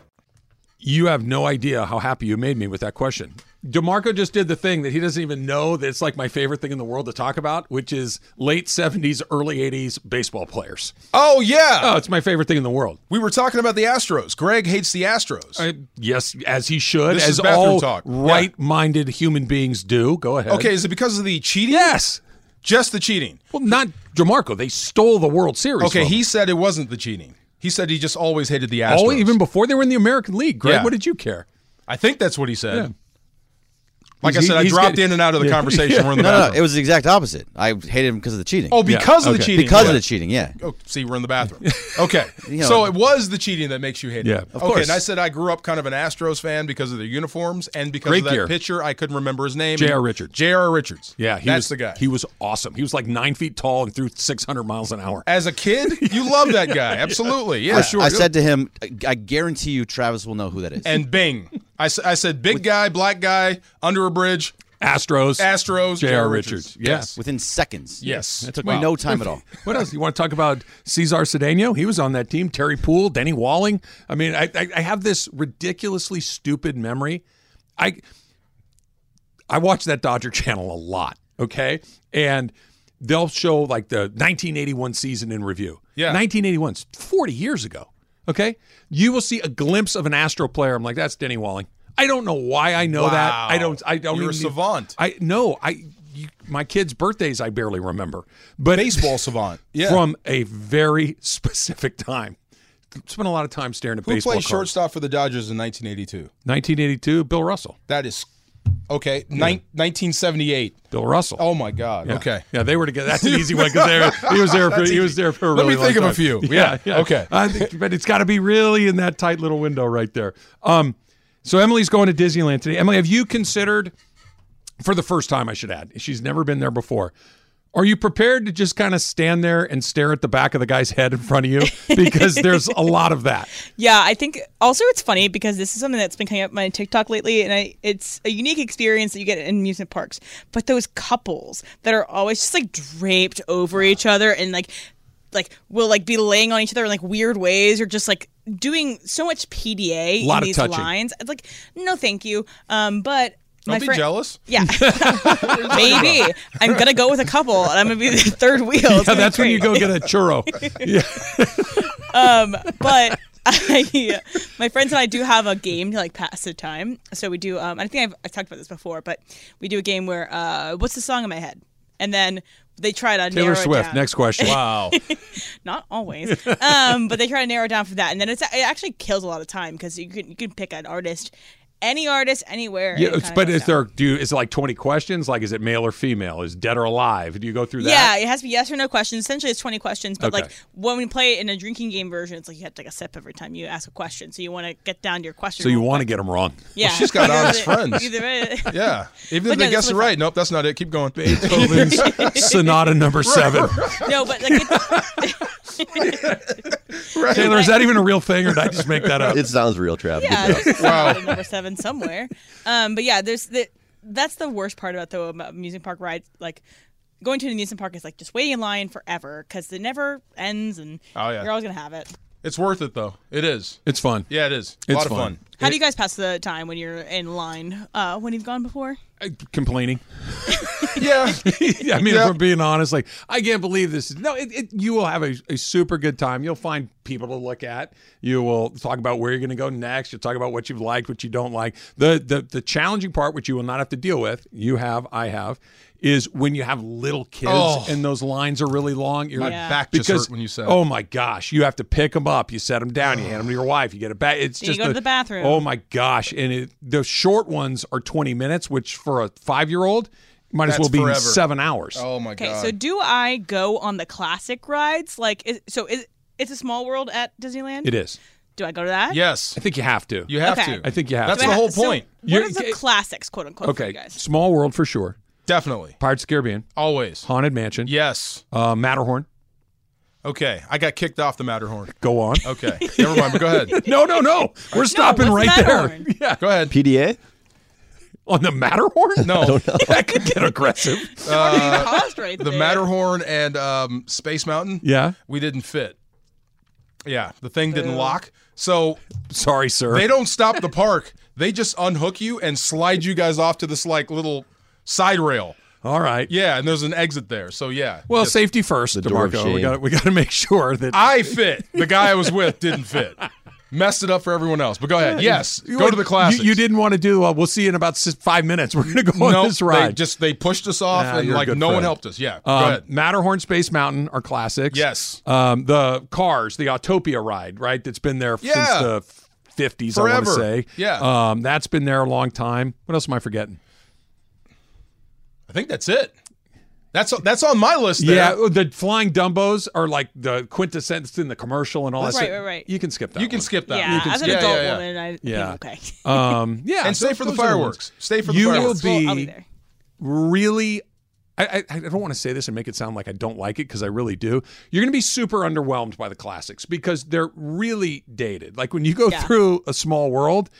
Speaker 1: You have no idea how happy you made me with that question. DeMarco just did the thing that he doesn't even know that it's like my favorite thing in the world to talk about, which is late 70s, early 80s baseball players.
Speaker 2: Oh yeah,
Speaker 1: Oh, it's my favorite thing in the world.
Speaker 2: we were talking about the Astros. Greg hates the Astros.
Speaker 1: I- yes, as he should,
Speaker 2: This is
Speaker 1: as
Speaker 2: bathroom
Speaker 1: all
Speaker 2: talk. Yeah.
Speaker 1: right-minded human beings do. Go ahead.
Speaker 2: Okay, is it because of the cheating?
Speaker 1: Yes.
Speaker 2: just the cheating.
Speaker 1: Well, not DeMarco. They stole the World Series.
Speaker 2: Okay,
Speaker 1: from him.
Speaker 2: he said it wasn't the cheating. He said he just always hated the Astros.
Speaker 1: oh, even before they were in the American League. Greg,
Speaker 2: Yeah.
Speaker 1: what did you care?
Speaker 2: I think that's what he said.
Speaker 1: Yeah.
Speaker 2: Like I
Speaker 1: He's-
Speaker 2: said, I
Speaker 1: he's
Speaker 2: dropped
Speaker 1: getting-
Speaker 2: in and out of the
Speaker 1: Yeah.
Speaker 2: conversation. We're in the
Speaker 5: No,
Speaker 2: bathroom.
Speaker 5: no, it was the exact opposite. I hated him because of the cheating.
Speaker 2: oh, because of the
Speaker 1: okay.
Speaker 2: cheating.
Speaker 5: because
Speaker 2: Yeah.
Speaker 5: of the cheating. Yeah.
Speaker 2: Oh, see, we're in the bathroom. Okay,
Speaker 5: know-
Speaker 2: so it was the cheating that makes you hate it.
Speaker 1: Yeah.
Speaker 2: okay.
Speaker 1: Of
Speaker 5: course.
Speaker 2: And I said I grew up kind of an Astros fan because of their uniforms and because
Speaker 1: Great
Speaker 2: of that
Speaker 1: gear.
Speaker 2: pitcher. I couldn't remember his name.
Speaker 1: J.R. Richards.
Speaker 2: J.R. Richards.
Speaker 1: Yeah, he
Speaker 2: that's
Speaker 1: was
Speaker 2: the guy.
Speaker 1: He was awesome. He was like nine feet tall and threw 600 miles an hour.
Speaker 2: As a kid, you love that guy. Absolutely. Yeah.
Speaker 5: I said to him, I, I guarantee you Travis will know who that is.
Speaker 2: and Bing. I, s- I said big guy, black guy, under a bridge,
Speaker 1: Astros,
Speaker 2: Astros,
Speaker 1: J.R.
Speaker 2: J.R.
Speaker 1: Richards.
Speaker 2: Richards.
Speaker 1: Yes.
Speaker 5: within seconds.
Speaker 2: Yes.
Speaker 5: Took me no time at all.
Speaker 1: What else? You want to talk about Cesar Cedeno? He was on that team. Terry Poole, Denny Walling. I mean, I, I, I have this ridiculously stupid memory. I I watch that Dodger channel a lot, okay? And they'll show like the 1981 season in review.
Speaker 2: Yeah.
Speaker 1: 1981, 's 40 years ago, okay? You will see a glimpse of an Astro player. I'm like, that's Denny Walling. I don't know why I know that.
Speaker 2: Wow.
Speaker 1: I don't I don't
Speaker 2: You're a
Speaker 1: even need-
Speaker 2: savant.
Speaker 1: I no, I you, my kids' birthdays I barely remember. But
Speaker 2: baseball savant. Yeah.
Speaker 1: from a very specific time. Spent a lot of time staring at
Speaker 2: Who
Speaker 1: baseball
Speaker 2: played
Speaker 1: cards.
Speaker 2: shortstop for the Dodgers in 1982?
Speaker 1: 1982, Bill Russell.
Speaker 2: That is okay. Nine, 1978.
Speaker 1: Bill Russell.
Speaker 2: Oh my God. Okay.
Speaker 1: Yeah, they were together. That's an easy one because he was there. For, he was there for. A
Speaker 2: Let me
Speaker 1: really long
Speaker 2: think of a
Speaker 1: time.
Speaker 2: few. Yeah, okay.
Speaker 1: I think, but it's got to be really in that tight little window right there. Um, so Emily's going to Disneyland today. Emily, have you considered, for the first time, I should add, she's never been there before. Are you prepared to just kind of stand there and stare at the back of the guy's head in front of you because there's a lot of that?
Speaker 3: Yeah, I think also it's funny because this is something that's been coming up on my TikTok lately, and I, it's a unique experience that you get in amusement parks. But those couples that are always just like draped over each other and like, like will like be laying on each other in like weird ways or just like doing so much PDA
Speaker 1: Lot
Speaker 3: in
Speaker 1: of
Speaker 3: these
Speaker 1: touching.
Speaker 3: lines. It's like no, thank you. Um, but
Speaker 2: Don't
Speaker 3: my
Speaker 2: be
Speaker 3: friend-
Speaker 2: jealous.
Speaker 3: Yeah, maybe I'm gonna go with a couple, and I'm gonna be the third wheel. It's
Speaker 1: Yeah,
Speaker 3: gonna be
Speaker 1: that's when you go
Speaker 3: great
Speaker 1: get a churro. Yeah.
Speaker 3: um, but I, my friends and I do have a game to like pass the time. So we do. Um, I think I've, I've talked about this before, but we do a game where uh, what's the song in my head, and then they try to narrow
Speaker 1: Taylor
Speaker 3: it
Speaker 1: Swift.
Speaker 3: down.
Speaker 1: Next question.
Speaker 2: Wow.
Speaker 3: Not always, um, but they try to narrow it down from that, and then it's it actually kills a lot of time because you can you can pick an artist, any artist anywhere. and
Speaker 1: Yeah,
Speaker 3: it
Speaker 1: it's-
Speaker 3: kinda
Speaker 1: but
Speaker 3: goes
Speaker 1: is
Speaker 3: down.
Speaker 1: there do you, is it like twenty questions? Like, is it male or female? Is dead or alive? Do you go through
Speaker 3: Yeah,
Speaker 1: that?
Speaker 3: it has to be yes or no questions. Essentially, it's 20 questions, but
Speaker 1: Okay.
Speaker 3: like when we play it in a drinking game version, it's like you have to take a sip every time you ask a question. So you want to get down to your question.
Speaker 1: So you
Speaker 3: real
Speaker 1: want to
Speaker 3: quick.
Speaker 1: get them wrong?
Speaker 3: Yeah,
Speaker 2: she's got
Speaker 3: Either
Speaker 2: honest
Speaker 3: it-
Speaker 2: friends.
Speaker 3: Either way.
Speaker 2: Yeah. Even
Speaker 3: But
Speaker 2: if they
Speaker 3: no,
Speaker 2: guess
Speaker 3: this
Speaker 2: it
Speaker 3: was
Speaker 2: right. Nope, that's not it. Keep going.
Speaker 1: Beethoven's Sonata Number Seven.
Speaker 3: No, but like it's,
Speaker 1: Taylor, is that even a real thing, or did I just make that up?
Speaker 7: It sounds real, Trav.
Speaker 3: yeah,
Speaker 7: Good job.
Speaker 3: there's wow. number seven somewhere. Um, but yeah, there's the that's the worst part about the um, amusement park ride. Like going to an amusement park is like just waiting in line forever because it never ends, and
Speaker 2: Oh, yeah.
Speaker 3: you're always gonna have it.
Speaker 2: It's worth it though. It is.
Speaker 1: It's fun.
Speaker 2: Yeah, it is. A
Speaker 1: It's
Speaker 2: lot of
Speaker 1: fun.
Speaker 2: fun.
Speaker 3: How do you guys pass the time when you're in line? Uh, when you've gone before?
Speaker 1: Uh, complaining.
Speaker 2: Yeah.
Speaker 1: Yeah, I mean,
Speaker 2: Yeah.
Speaker 1: if we're being honest, like I can't believe this. is- No, it, it, you will have a, a super good time. You'll find people to look at. You will talk about where you're going to go next. You'll talk about what you've liked, what you don't like. The, the the challenging part, which you will not have to deal with, you have, I have, is when you have little kids
Speaker 2: Oh.
Speaker 1: and those lines are really long. You're
Speaker 2: My
Speaker 1: like-
Speaker 2: back just hurt when you said it.
Speaker 1: oh my gosh, you have to pick them up. You set them down. You hand them to your wife. You get it back. It's
Speaker 3: Then you
Speaker 1: just
Speaker 3: go to
Speaker 1: a-
Speaker 3: the bathroom.
Speaker 1: Oh my gosh! And it, the short ones are 20 minutes, which for a five year old. Might as
Speaker 2: That's
Speaker 1: well be
Speaker 2: forever.
Speaker 1: seven hours.
Speaker 2: Oh my
Speaker 3: Okay,
Speaker 2: god.
Speaker 3: so do I go on the classic rides? Like, is, so is it's a small world at Disneyland?
Speaker 1: It is.
Speaker 3: Do I go to that?
Speaker 2: yes.
Speaker 1: I think you have to.
Speaker 2: You have
Speaker 3: Okay.
Speaker 2: to.
Speaker 1: I think you have
Speaker 2: That's
Speaker 1: to.
Speaker 2: the whole
Speaker 3: So
Speaker 2: point.
Speaker 1: You're-
Speaker 3: what is the classics, quote unquote, for you
Speaker 1: okay.
Speaker 3: guys?
Speaker 1: Small World for sure.
Speaker 2: Definitely.
Speaker 1: Pirates of the Caribbean,
Speaker 2: Always.
Speaker 1: Haunted Mansion,
Speaker 2: Yes.
Speaker 1: uh, Matterhorn.
Speaker 2: Okay. I got kicked off the Matterhorn.
Speaker 1: Go on.
Speaker 2: Okay. Never mind. But go ahead.
Speaker 1: no, no, no. We're stopping
Speaker 3: what's
Speaker 1: right
Speaker 3: Matterhorn?
Speaker 1: there. Yeah.
Speaker 2: Go ahead.
Speaker 5: PDA?
Speaker 1: On the Matterhorn?
Speaker 2: No.
Speaker 1: that could get aggressive.
Speaker 3: Uh, paused right
Speaker 2: The
Speaker 3: there.
Speaker 2: Matterhorn and um, Space Mountain.
Speaker 1: Yeah.
Speaker 2: We didn't fit. Yeah. The thing didn't lock. So
Speaker 1: Sorry, sir.
Speaker 2: they don't stop the park. They just unhook you and slide you guys off to this like little side rail.
Speaker 1: All right.
Speaker 2: Yeah, and there's an exit there. So yeah.
Speaker 1: Well, safety first,
Speaker 5: door of
Speaker 1: DeMarco. We
Speaker 5: shame.
Speaker 1: got we got to make sure that
Speaker 2: I fit. The guy I was with didn't fit. Messed it up for everyone else. But go ahead. Yes.
Speaker 1: You-
Speaker 2: Go to the classics.
Speaker 1: You, you didn't want to do. Uh, we'll see you in about s- five minutes. We're going to go
Speaker 2: No,
Speaker 1: on this ride.
Speaker 2: they just they pushed us off
Speaker 1: Nah,
Speaker 2: and
Speaker 1: you're a
Speaker 2: like no
Speaker 1: good
Speaker 2: one
Speaker 1: friend.
Speaker 2: helped us. Yeah. go
Speaker 1: Um,
Speaker 2: ahead.
Speaker 1: Matterhorn, Space Mountain are classics.
Speaker 2: Yes.
Speaker 1: Um, the Cars, the Autopia ride, right? That's been there
Speaker 2: Yeah.
Speaker 1: since the 50s, I want to
Speaker 2: Forever.
Speaker 1: say.
Speaker 2: Yeah.
Speaker 1: Um, that's been there a long time. What else am I forgetting?
Speaker 2: I think that's it. That's that's on my list there.
Speaker 1: Yeah, uh, the Flying Dumbos are like the quintessence in the commercial and all that.
Speaker 3: Right,
Speaker 1: stuff.
Speaker 3: right, right.
Speaker 1: You can skip that
Speaker 2: You can
Speaker 1: one.
Speaker 2: skip that.
Speaker 3: yeah,
Speaker 2: You can
Speaker 3: as an
Speaker 2: skip-
Speaker 3: adult
Speaker 2: yeah, yeah, yeah.
Speaker 3: woman, I
Speaker 1: Yeah.
Speaker 3: yeah. think, okay.
Speaker 1: Um, yeah.
Speaker 2: And stay
Speaker 1: those-
Speaker 2: for the
Speaker 1: those are ones.
Speaker 2: fireworks. Stay for the
Speaker 1: You will
Speaker 2: fireworks.
Speaker 1: be-
Speaker 3: Well, I'll be there.
Speaker 1: really I, I, I don't want to say this and make it sound like I don't like it because I really do. You're going to be super underwhelmed by the classics because they're really dated. Like when you go
Speaker 3: Yeah.
Speaker 1: through a small world,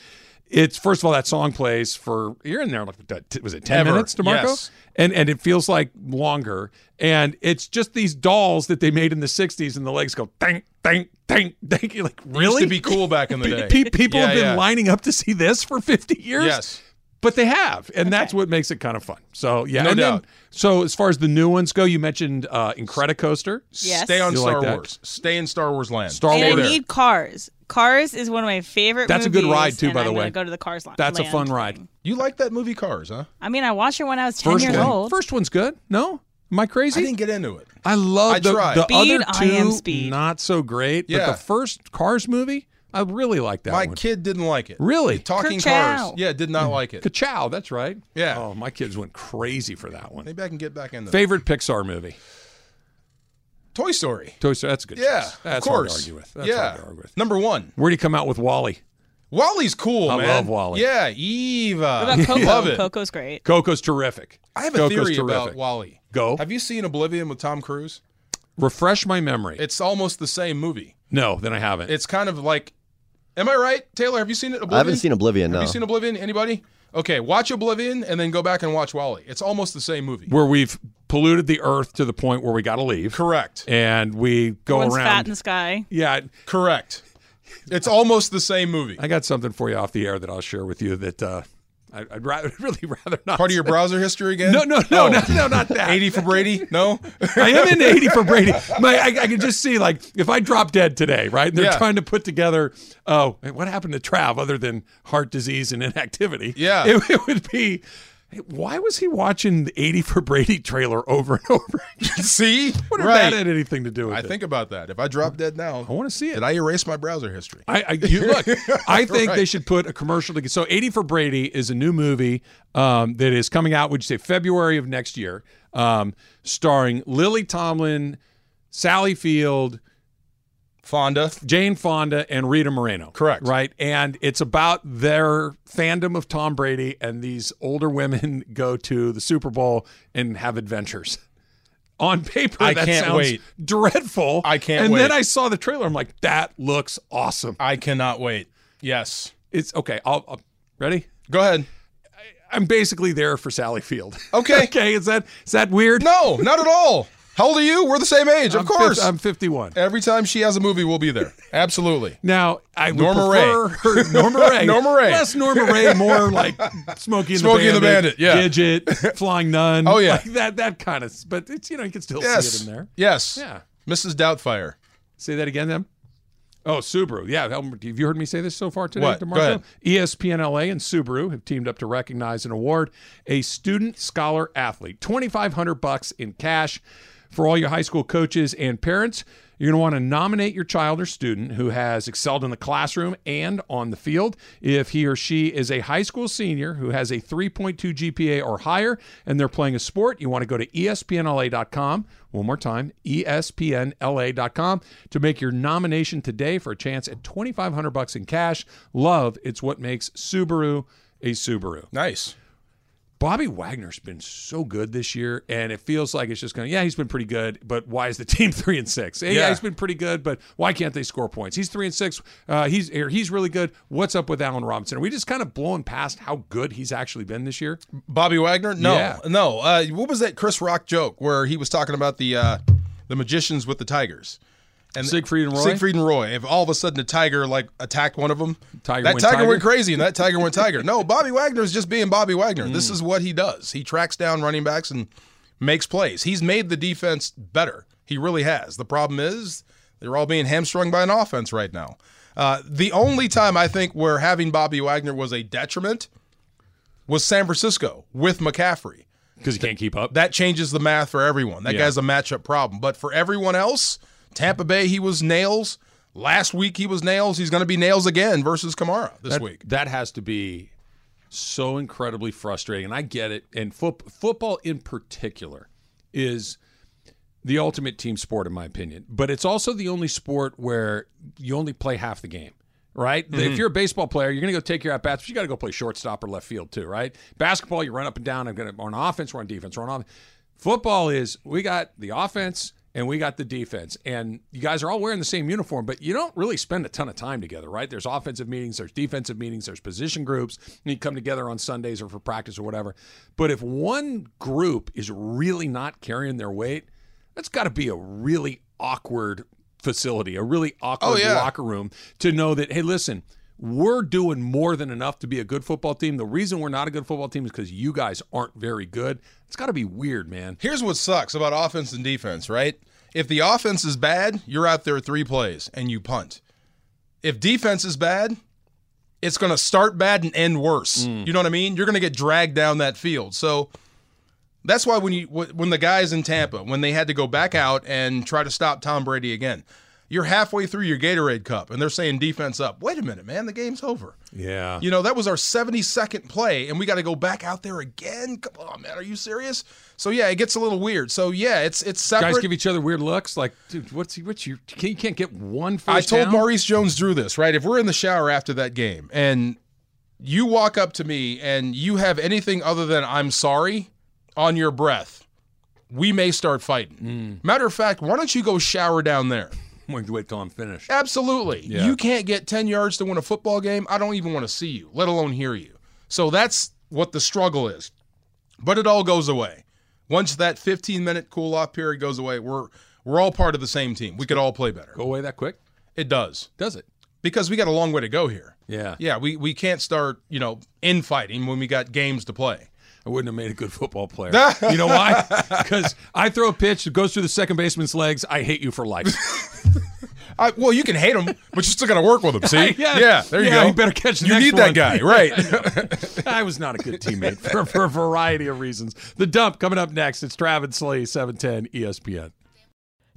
Speaker 1: it's first of all that song plays for you're in there like was it ten
Speaker 2: Ever.
Speaker 1: minutes, Demarco?
Speaker 2: Yes.
Speaker 1: And and it feels like longer. And it's just these dolls that they made in the '60s, and the legs go thank thank thank thank. You're like really
Speaker 2: Used to be cool back in the day.
Speaker 1: Pe- people
Speaker 2: Yeah,
Speaker 1: have been
Speaker 2: yeah.
Speaker 1: lining up to see this for 50 years.
Speaker 2: Yes.
Speaker 1: But they have, and that's what makes it kind of fun. So yeah,
Speaker 2: No
Speaker 1: and
Speaker 2: doubt.
Speaker 1: so as far as the new ones go, you mentioned uh, Incredicoaster.
Speaker 3: Yes.
Speaker 2: Stay on
Speaker 1: You like
Speaker 2: Star
Speaker 1: that?
Speaker 2: Wars. Stay in Star Wars land.
Speaker 1: Star
Speaker 3: And
Speaker 1: Wars.
Speaker 2: Stay
Speaker 3: I
Speaker 2: there.
Speaker 3: need Cars. Cars is one of my favorite.
Speaker 1: That's a good
Speaker 3: movies,
Speaker 1: ride, too,
Speaker 3: and
Speaker 1: by the
Speaker 3: I'm gonna
Speaker 1: way.
Speaker 3: Go to the Cars lot.
Speaker 1: That's a
Speaker 3: land
Speaker 1: fun ride.
Speaker 3: thing.
Speaker 2: You like that movie Cars, huh?
Speaker 3: I mean, I watched it when I was ten
Speaker 1: First
Speaker 3: years
Speaker 1: one.
Speaker 3: old.
Speaker 1: First one's good. No, am I crazy?
Speaker 2: I didn't get into it.
Speaker 1: I love
Speaker 2: I
Speaker 1: the,
Speaker 2: tried.
Speaker 1: the
Speaker 3: Speed,
Speaker 1: other
Speaker 3: I
Speaker 1: two.
Speaker 3: am Speed.
Speaker 1: Not so great. But
Speaker 2: Yeah.
Speaker 1: the first Cars movie, I really like that
Speaker 2: My
Speaker 1: one.
Speaker 2: kid didn't like it.
Speaker 1: Really? Mm.
Speaker 2: Talking
Speaker 3: Ka-chow.
Speaker 2: Cars. Yeah, did not like it.
Speaker 1: Ka-chow, that's right.
Speaker 2: Yeah.
Speaker 1: Oh, my kids went crazy for that one.
Speaker 2: Maybe I can get back into that.
Speaker 1: Favorite Pixar movie?
Speaker 2: Toy Story.
Speaker 1: Toy Story. That's a good.
Speaker 2: Yeah,
Speaker 1: choice. That's
Speaker 2: of course.
Speaker 1: hard to argue with. That's
Speaker 2: yeah,
Speaker 1: hard to argue with.
Speaker 2: number one.
Speaker 1: Where do you come out with Wally?
Speaker 2: Wally's cool,
Speaker 1: I
Speaker 2: man.
Speaker 1: love Wally.
Speaker 2: Yeah, Eva.
Speaker 3: What about Coco?
Speaker 2: Love it.
Speaker 3: Coco's great.
Speaker 1: Coco's terrific.
Speaker 2: I have a
Speaker 1: Coco's
Speaker 2: theory about
Speaker 1: terrific. Oh.
Speaker 2: Wally.
Speaker 1: Go.
Speaker 2: Have you seen Oblivion with Tom Cruise?
Speaker 1: Refresh my memory.
Speaker 2: It's almost the same movie.
Speaker 1: no, then I haven't.
Speaker 2: It's kind of like, am I right, Taylor? Have you seen it? Oblivion?
Speaker 5: I haven't seen Oblivion,
Speaker 2: Have
Speaker 5: no.
Speaker 2: you seen Oblivion? Anybody? Okay, watch Oblivion and then go back and watch Wally. It's almost the same movie.
Speaker 1: where we've polluted the earth to the point where we got to leave.
Speaker 2: Correct.
Speaker 1: And we go
Speaker 3: One's
Speaker 1: around.
Speaker 3: fat in the sky.
Speaker 1: yeah,
Speaker 2: Correct. It's almost the same movie.
Speaker 1: I got something for you off the air that I'll share with you that uh, I, I'd rather, really rather not.
Speaker 2: Part of your
Speaker 1: say.
Speaker 2: browser history again?
Speaker 1: No, no, no,
Speaker 2: Oh.
Speaker 1: no, no, not that.
Speaker 2: 80 for Brady? No?
Speaker 1: I am in 80 for Brady. My, I, I can just see, like, if I drop dead today, right? and They're
Speaker 2: Yeah.
Speaker 1: trying to put together, oh, what happened to Trav other than heart disease and inactivity?
Speaker 2: Yeah.
Speaker 1: It, it would be, why was he watching the 80 for Brady trailer over and over again?
Speaker 2: See?
Speaker 1: What if
Speaker 2: right.
Speaker 1: that had anything to do with
Speaker 2: I
Speaker 1: it?
Speaker 2: think about that. If I drop dead now,
Speaker 1: I want to see it.
Speaker 2: did I erase my browser history?
Speaker 1: I, I you, look. I think they
Speaker 2: Right.
Speaker 1: should put a commercial together. So, eighty for Brady is a new movie um, that is coming out. Would you say February of next year? Um, starring Lily Tomlin, Sally Field,
Speaker 2: Fonda.
Speaker 1: Jane Fonda, and Rita Moreno.
Speaker 2: Correct.
Speaker 1: Right, and it's about their fandom of Tom Brady, and these older women go to the Super Bowl and have adventures. On paper,
Speaker 2: I
Speaker 1: that
Speaker 2: can't
Speaker 1: sounds
Speaker 2: wait.
Speaker 1: dreadful.
Speaker 2: I can't
Speaker 1: And then
Speaker 2: wait.
Speaker 1: I saw the trailer. I'm like, that looks awesome.
Speaker 2: I cannot wait. Yes.
Speaker 1: It's okay. I'll, I'll ready.
Speaker 2: Go ahead.
Speaker 1: I'm basically there for Sally Field.
Speaker 2: Okay.
Speaker 1: okay. Is that is that weird?
Speaker 2: No, not at all. How old are you? We're the same age, of
Speaker 1: I'm fif-
Speaker 2: course.
Speaker 1: I'm 51.
Speaker 2: Every time she has a movie, we'll be there. Absolutely.
Speaker 1: Now I would
Speaker 2: Norma Ray.
Speaker 1: prefer her- Norma Ray,
Speaker 2: Norma Ray.
Speaker 1: less Norma Ray, more like Smokey and
Speaker 2: Smokey and
Speaker 1: the
Speaker 2: the
Speaker 1: Bandit,
Speaker 2: Bandit, yeah.
Speaker 1: Gidget, Flying Nun,
Speaker 2: Oh, yeah.
Speaker 1: like that that kind of. But it's you know you can still
Speaker 2: Yes.
Speaker 1: see it in there.
Speaker 2: Yes.
Speaker 1: Yeah.
Speaker 2: Mrs. Doubtfire.
Speaker 1: Say that again, then. Oh, Subaru. Yeah, Elmer, have you heard me say this so far today,
Speaker 2: What? Go
Speaker 1: DeMarco? E
Speaker 2: ahead.
Speaker 1: ESPN LA and Subaru have teamed up to recognize and award a student scholar athlete. 2500 bucks in cash for all your high school coaches and parents. You're going to want to nominate your child or student who has excelled in the classroom and on the field. If he or she is a high school senior who has a 3.2 GPA or higher and they're playing a sport, you want to go to E espnla.com. One more time, E espnla.com to make your nomination today for a chance at 2500 bucks in cash. Love, it's what makes Subaru a Subaru.
Speaker 2: Nice.
Speaker 1: Bobby Wagner's been so good this year, and it feels like it's just going. to Yeah, he's been pretty good, but why is the team three and six? Hey, yeah.
Speaker 2: Yeah.
Speaker 1: he's been pretty good, but why can't they score points? He's three and six. Uh, he's or he's really good. What's up with Allen Robinson? Are we just kind of blowing past how good he's actually been this year?
Speaker 2: Bobby Wagner? No,
Speaker 1: Yeah.
Speaker 2: no. Uh, what was that Chris Rock joke where he was talking about the uh, the magicians with the tigers? And
Speaker 1: Siegfried and Roy?
Speaker 2: Siegfried and Roy. If all of a sudden a tiger like attacked one of them,
Speaker 1: Tiger
Speaker 2: that
Speaker 1: went
Speaker 2: tiger,
Speaker 1: tiger?
Speaker 2: went crazy, and that tiger went tiger. No, Bobby Wagner is just being Bobby Wagner. This
Speaker 1: Hmm.
Speaker 2: is what he does. He tracks down running backs and makes plays. He's made the defense better. He really has. The problem is they're all being hamstrung by an offense right now. Uh, the only time I think where having Bobby Wagner was a detriment was San Francisco with McCaffrey.
Speaker 1: Because he can't keep up.
Speaker 2: That changes the math for everyone. That
Speaker 1: Yeah.
Speaker 2: guy's a matchup problem. But for everyone else, Tampa Bay, he was nails. Last week, he was nails. He's going to be nails again versus Kamara this
Speaker 1: that,
Speaker 2: week.
Speaker 1: That has to be so incredibly frustrating. And I get it. And foot, football in particular is the ultimate team sport, in my opinion. But it's also the only sport where you only play half the game. Right? If you're a baseball player, you're going to go take your at bats, but you got to go play shortstop or left field too, right? Basketball, you run up and down. I'm going to on offense, we're on defense, we're on offense. Football is we got the offense and we got the defense. And you guys are all wearing the same uniform, but you don't really spend a ton of time together, right? There's offensive meetings, there's defensive meetings, there's position groups, and you come together on Sundays or for practice or whatever. But if one group is really not carrying their weight, that's got to be a really awkward facility, a really awkward
Speaker 2: yeah.
Speaker 1: locker room to know that, hey, listen, we're doing more than enough to be a good football team. The reason we're not a good football team is because you guys aren't very good. It's got to be weird, man.
Speaker 2: Here's what sucks about offense and defense, right? If the offense is bad, you're out there three plays and you punt. If defense is bad, it's going to start bad and end worse. You know what I mean? You're going to get dragged down that field. So that's why when you wh- when the guys in Tampa when they had to go back out and try to stop Tom Brady again, you're halfway through your Gatorade cup and they're saying defense up. Wait a minute, man, the game's over.
Speaker 1: Yeah.
Speaker 2: You know, that was our 72nd play, and we got to go back out there again. Come on, man, are you serious? So yeah, it gets a little weird. So yeah, it's it's separate.
Speaker 1: Guys give each other weird looks, like, dude, what's what's your? Can, you can't get one first
Speaker 2: I told
Speaker 1: down?
Speaker 2: Maurice Jones Drew this right. If we're in the shower after that game, and you walk up to me and you have anything other than "I'm sorry" on your breath, we may start fighting.
Speaker 1: Mm.
Speaker 2: Matter of fact, why don't you go shower down there?
Speaker 1: I'm going to wait till I'm finished.
Speaker 2: Absolutely.
Speaker 1: Yeah.
Speaker 2: You can't get 10 yards to win a football game. I don't even want to see you, let alone hear you. So that's what the struggle is. But it all goes away. Once that 15 minute cool off period goes away, we're we're all part of the same team. We could all play better.
Speaker 1: Go away that quick?
Speaker 2: It does.
Speaker 1: Does it?
Speaker 2: Because we got a long way to go here.
Speaker 1: Yeah.
Speaker 2: Yeah, we, we can't start, you know, infighting when we got games to play.
Speaker 1: I wouldn't have made a good football player. you know why? Because I throw a pitch, it goes through the second baseman's legs. I hate you for life.
Speaker 2: I, well, you can hate him, but you still got to work with him. See?
Speaker 1: Yeah.
Speaker 2: there you
Speaker 1: Yeah,
Speaker 2: go.
Speaker 1: you better catch the
Speaker 2: You
Speaker 1: next
Speaker 2: need
Speaker 1: one.
Speaker 2: that guy, right?
Speaker 1: I was not a good teammate for, for a variety of reasons. The dump coming up next. It's Travis Slee, 710 ESPN.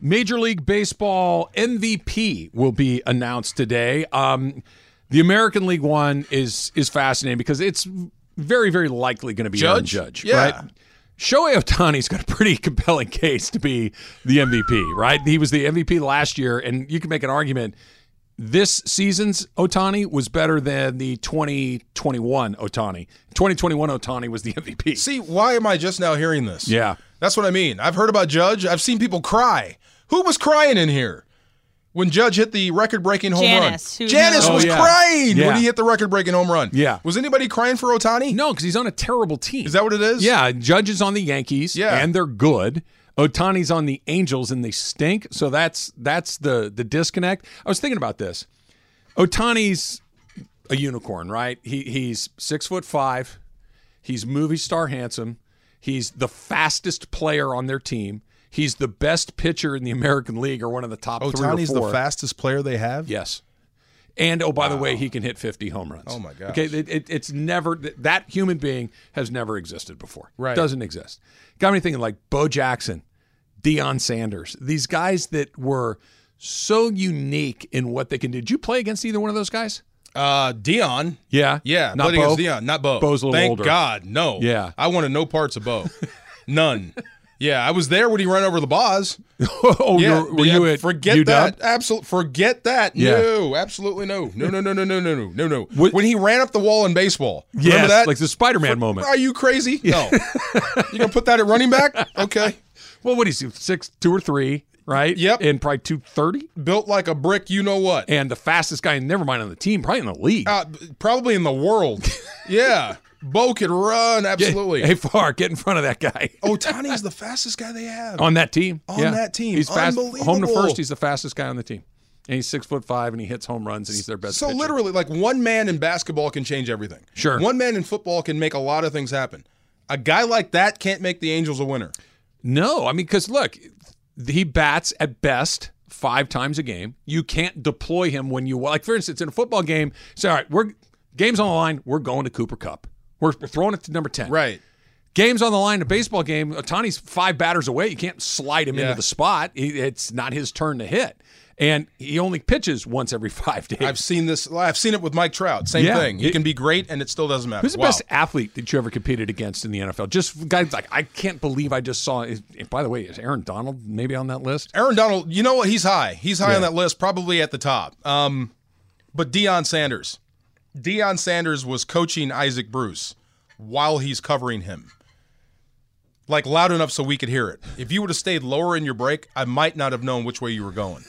Speaker 1: Major League Baseball MVP will be announced today. Um, the American League one is is fascinating because it's very very likely going to be Aaron
Speaker 2: Judge?
Speaker 1: Judge,
Speaker 2: Yeah.
Speaker 1: right? Shohei Otani's got a pretty compelling case to be the MVP, right? He was the MVP last year, and you can make an argument this season's Otani was better than the 2021 Otani. 2021 Otani was the MVP.
Speaker 2: See, why am I just now hearing this?
Speaker 1: Yeah.
Speaker 2: That's what I mean. I've heard about Judge. I've seen people cry. Who was crying in here when Judge hit the record-breaking home
Speaker 3: Janice, who
Speaker 2: run? Janice
Speaker 3: knows?
Speaker 2: was
Speaker 1: Oh, yeah.
Speaker 2: crying
Speaker 1: Yeah.
Speaker 2: when he hit the record-breaking home run.
Speaker 1: Yeah.
Speaker 2: Was anybody crying for Otani?
Speaker 1: No, because he's on a terrible team.
Speaker 2: Is that what it is?
Speaker 1: Yeah, Judge is on the Yankees,
Speaker 2: Yeah.
Speaker 1: and they're good. Otani's on the Angels, and they stink. So that's that's the the disconnect. I was thinking about this. Otani's a unicorn, right? He he's six foot five. He's movie star handsome. He's the fastest player on their team. He's the best pitcher in the American League, or one of the top
Speaker 2: Otani's
Speaker 1: Oh, three or
Speaker 2: the
Speaker 1: four.
Speaker 2: fastest player they have.
Speaker 1: Yes. And oh, by the way, he can hit 50 home runs. Oh
Speaker 2: my gosh.
Speaker 1: Okay, it, it, it's never th- that human being has never existed before.
Speaker 2: Right.
Speaker 1: doesn't exist. Got me thinking like Bo Jackson, Deion Sanders, these guys that were so unique in what they can do. Did you play against either one of those guys?
Speaker 2: Uh, Dion.
Speaker 1: Yeah,
Speaker 2: Yeah.
Speaker 1: not
Speaker 2: played
Speaker 1: Bo.
Speaker 2: against Dion, not Bo.
Speaker 1: Bo's a little
Speaker 2: Thank
Speaker 1: older.
Speaker 2: God, no.
Speaker 1: Yeah.
Speaker 2: I wanted no parts of Bo. None. Yeah, I was there when he ran over the boss.
Speaker 1: oh,
Speaker 2: Yeah,
Speaker 1: you're- were
Speaker 2: yeah,
Speaker 1: you at
Speaker 2: forget
Speaker 1: UW?
Speaker 2: that? Absolutely, forget that.
Speaker 1: Yeah.
Speaker 2: No, absolutely no, no, no, no, no, no, no, no, no, no.
Speaker 1: What-
Speaker 2: When he ran up the wall in baseball, remember
Speaker 1: Yes,
Speaker 2: that?
Speaker 1: like the Spider-Man moment.
Speaker 2: Are you crazy? No, you gonna put that at running back? Okay,
Speaker 1: Well, what is he six, two or three, right?
Speaker 2: Yep.
Speaker 1: and probably two thirty,
Speaker 2: built like a brick. You know what?
Speaker 1: and the fastest guy, never mind on the team, probably in the league.
Speaker 2: Uh, probably in the world. Yeah, Bo could run absolutely.
Speaker 1: Hey, far, get in front of that guy.
Speaker 2: Otani's the fastest guy they have.
Speaker 1: on that team.
Speaker 2: On
Speaker 1: yeah.
Speaker 2: that team.
Speaker 1: he's fast. Home to
Speaker 2: Unbelievable.
Speaker 1: first, he's the fastest guy on the team, and he's six foot five, and he hits home runs, and he's their best.
Speaker 2: So
Speaker 1: pitcher.
Speaker 2: literally, like one man in basketball can change everything.
Speaker 1: Sure.
Speaker 2: one man in football can make a lot of things happen. A guy like that can't make the Angels a winner.
Speaker 1: no, I mean, because look, he bats at best five times a game. You can't deploy him when you like. For instance, in a football game, say, all right, we're games on the line. We're going to Cooper Cup. We're, we're throwing it to number ten.
Speaker 2: Right.
Speaker 1: Games on the line. in A baseball game. Otani's five batters away. You can't slide him
Speaker 2: Yeah.
Speaker 1: into the spot. He- It's not his turn to hit, and he only pitches once every five days.
Speaker 2: I've seen this. I've seen it with Mike Trout. Same
Speaker 1: Yeah.
Speaker 2: thing. He can be great, and it still doesn't matter.
Speaker 1: Who's the
Speaker 2: Wow.
Speaker 1: best athlete that you ever competed against in the NFL? Just guys like I can't believe I just saw. is- By the way, is Aaron Donald maybe on that list?
Speaker 2: Aaron Donald. You know what? He's high. He's high on that list, probably at the top. Um, but Deion Sanders. Deion Sanders was coaching Isaac Bruce while he's covering him, like loud enough so we could hear it. If you would have stayed lower in your break, I might not have known which way you were going.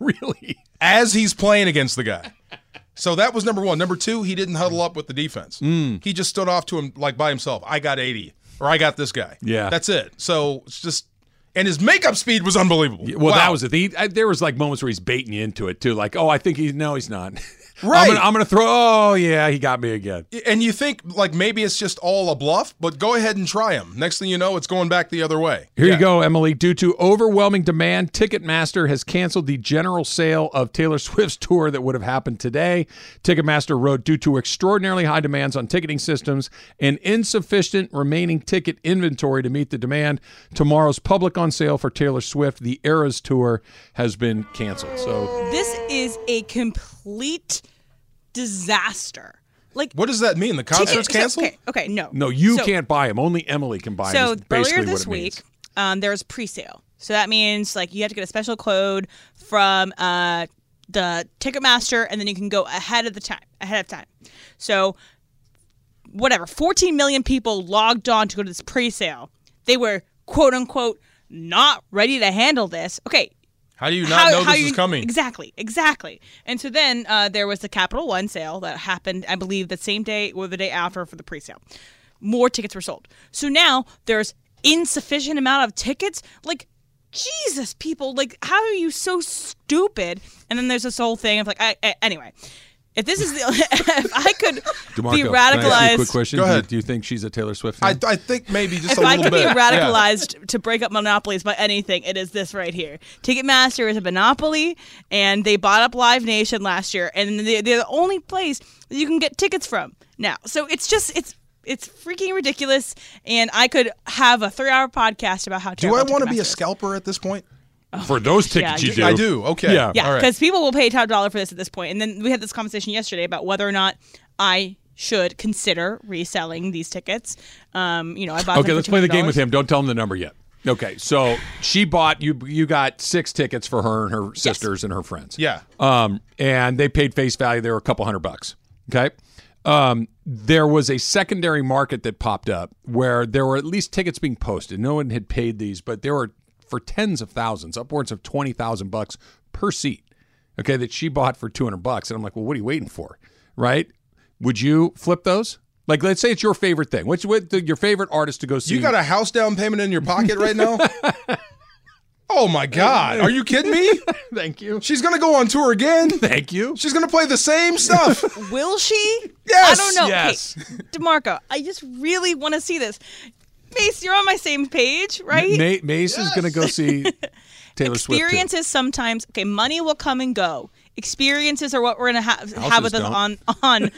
Speaker 1: really?
Speaker 2: as he's playing against the guy. So that was number one. Number two, he didn't huddle up with the defense. He just stood off to him like by himself. I got eighty, or I got this guy.
Speaker 1: Yeah.
Speaker 2: that's it. So it's just, and his makeup speed was unbelievable.
Speaker 1: Well,
Speaker 2: Wow.
Speaker 1: that was it. He, I, there was like moments where he's baiting you into it too. Like, oh, I think he's no, he's not. I'm
Speaker 2: Right.
Speaker 1: gonna, I'm gonna throw. Oh yeah, he got me again.
Speaker 2: And you think like maybe it's just all a bluff, but go ahead and try him. Next thing you know, it's going back the other way.
Speaker 1: Here
Speaker 2: Yeah.
Speaker 1: you go, Emily. Due to overwhelming demand, Ticketmaster has canceled the general sale of Taylor Swift's tour that would have happened today. Ticketmaster wrote Due to extraordinarily high demands on ticketing systems and insufficient remaining ticket inventory to meet the demand, tomorrow's public on sale for Taylor Swift, the Eras Tour, has been canceled. So,
Speaker 3: This is a complete disaster. Like
Speaker 2: What does that mean? The concert's
Speaker 3: ticket- so-
Speaker 2: canceled.
Speaker 3: okay, okay, no.
Speaker 1: no, you
Speaker 3: So-
Speaker 1: can't buy them. Only Emily can buy
Speaker 3: So
Speaker 1: them. is basically
Speaker 3: earlier
Speaker 1: what
Speaker 3: this
Speaker 1: it means.
Speaker 3: week, um, there was pre-sale. So that means like you have to get a special code from uh, the Ticketmaster, and then you can go ahead of the time. Ahead of time. So whatever, 14 million people logged on to go to this pre-sale. They were quote unquote not ready to handle this. Okay,
Speaker 2: How do you not know this
Speaker 3: you-
Speaker 2: is coming?
Speaker 3: Exactly, exactly. And so then uh, there was the Capital One sale that happened, I believe, the same day or the day after for the pre-sale. More tickets were sold. So now there's insufficient amount of tickets. Like Jesus, people! Like how are you so stupid? And then there's this whole thing of like, I, I, anyway. If this is the, if I could
Speaker 1: DeMarco,
Speaker 3: be
Speaker 1: can I ask you a quick
Speaker 3: radicalized,
Speaker 1: question.
Speaker 2: Go
Speaker 1: Do you-
Speaker 2: ahead.
Speaker 1: Do, you think she's a Taylor Swift
Speaker 2: I,
Speaker 1: fan?
Speaker 2: I think maybe just
Speaker 3: if
Speaker 2: a
Speaker 3: I
Speaker 2: little
Speaker 3: could
Speaker 2: bit.
Speaker 3: be
Speaker 2: Yeah.
Speaker 3: radicalized to break up monopolies by anything, it is this right here. Ticketmaster is a monopoly, and they bought up Live Nation last year, and they- they're the only place that you can get tickets from now. So it's just it's it's freaking ridiculous, and I could have a three-hour podcast about how.
Speaker 2: Do I want
Speaker 3: want
Speaker 2: to be a scalper at this point?
Speaker 1: For those
Speaker 3: Yeah,
Speaker 1: tickets,
Speaker 3: you-
Speaker 1: you do.
Speaker 2: I do. Okay.
Speaker 1: Yeah.
Speaker 3: Yeah,
Speaker 2: All right.
Speaker 3: because people will pay top dollar for this at this point. And then we had this conversation yesterday about whether or not I should consider reselling these tickets. Um, you know, I bought them
Speaker 1: Okay,
Speaker 3: for
Speaker 1: let's play the game
Speaker 3: $200.
Speaker 1: with him. Don't tell him the number yet. Okay, so she bought you. You got six tickets for her and her sisters and her friends.
Speaker 2: Yeah.
Speaker 1: Um, and they paid face value. They were a couple hundred bucks. Okay. Um, there was a secondary market that popped up where there were at least tickets being posted. No one had paid these, but there were for tens of thousands, upwards of twenty thousand bucks per seat. Okay, that she bought for two hundred bucks, and I'm like, well, what are you waiting for, right? Would you flip those? Like, let's say it's your favorite thing. What's what the, your favorite artist to go see?
Speaker 2: You got a house down payment in your pocket right now? oh my God. Are you kidding me?
Speaker 1: thank you,
Speaker 2: She's going to go on tour again.
Speaker 1: thank you.
Speaker 2: She's going to play the same stuff.
Speaker 3: Will she?
Speaker 2: Yes,
Speaker 3: I don't know.
Speaker 1: yes.
Speaker 3: Okay, Demarco, I just really want to see this. Mace, you're on my same page, right?
Speaker 1: Ma- Mace is going to go see Taylor Swift. too.
Speaker 3: Experiences sometimes. Okay, money will come and go. Experiences are what we're gonna have have with us
Speaker 1: don't.
Speaker 3: on on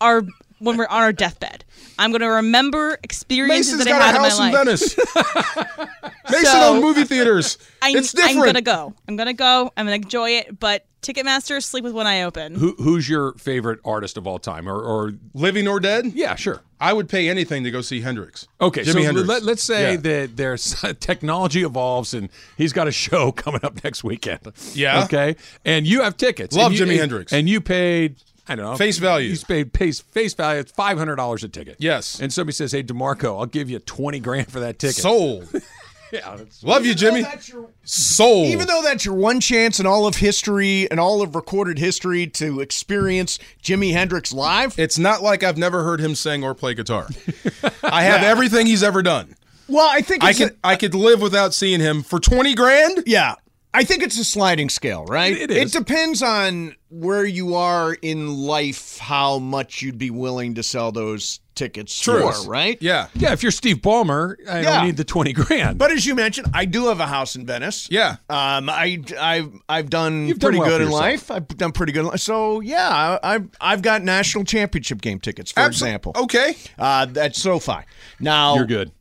Speaker 3: our when we're on our deathbed. I'm gonna remember experiences
Speaker 2: Mason's
Speaker 3: that I
Speaker 2: got
Speaker 3: had
Speaker 2: a
Speaker 3: in my
Speaker 2: house in
Speaker 3: life.
Speaker 2: Venice. Mason
Speaker 3: So-
Speaker 2: on movie theaters.
Speaker 3: I'm,
Speaker 2: it's different.
Speaker 3: I'm gonna go. I'm gonna go. I'm gonna enjoy it. But Ticketmaster, sleep with one eye open.
Speaker 1: Who, who's your favorite artist of all time? Or, or
Speaker 2: Living or dead?
Speaker 1: yeah, sure.
Speaker 2: I would pay anything to go see Hendrix.
Speaker 1: Okay,
Speaker 2: Jimi
Speaker 1: so
Speaker 2: Hendrix.
Speaker 1: Let, us say
Speaker 2: Yeah.
Speaker 1: that there's technology evolves and he's got a show coming up next weekend.
Speaker 2: Yeah.
Speaker 1: Okay. And you have tickets.
Speaker 2: Love
Speaker 1: And you-
Speaker 2: Jimi
Speaker 1: and-
Speaker 2: Hendrix.
Speaker 1: And you paid I don't know
Speaker 2: Face value.
Speaker 1: You paid face face value. It's five hundred dollars a ticket.
Speaker 2: Yes.
Speaker 1: And somebody says, "Hey, Demarco, I'll give you twenty grand for that ticket."
Speaker 2: Sold.
Speaker 1: yeah, that's-
Speaker 2: Love you, Jimmy. Sold.
Speaker 8: Even though that's your one chance in all of history and all of recorded history to experience Jimi Hendrix live,
Speaker 2: it's not like I've never heard him sing or play guitar. I have everything he's ever done.
Speaker 8: well, I think
Speaker 2: I
Speaker 8: it's
Speaker 2: could I could live without seeing him for twenty grand.
Speaker 8: a, yeah, I think it's a sliding scale, right?
Speaker 1: It- it is.
Speaker 8: It depends on where you are in life, how much you'd be willing to sell those tickets for, right?
Speaker 2: Yeah.
Speaker 1: yeah. If you're Steve Ballmer, I
Speaker 8: Yeah.
Speaker 1: don't need the twenty grand.
Speaker 8: But as you mentioned, I do have a house in Venice.
Speaker 2: Yeah.
Speaker 8: Um, I, I've, I've done
Speaker 1: You've done
Speaker 8: pretty
Speaker 1: well
Speaker 8: good
Speaker 1: for
Speaker 8: in
Speaker 1: yourself.
Speaker 8: life. I've done pretty good. in li- So, yeah, I, I've, I've got national championship game tickets, for
Speaker 2: Absol-
Speaker 8: example.
Speaker 2: Okay.
Speaker 8: Uh, at SoFi. Now
Speaker 1: oh. you're good.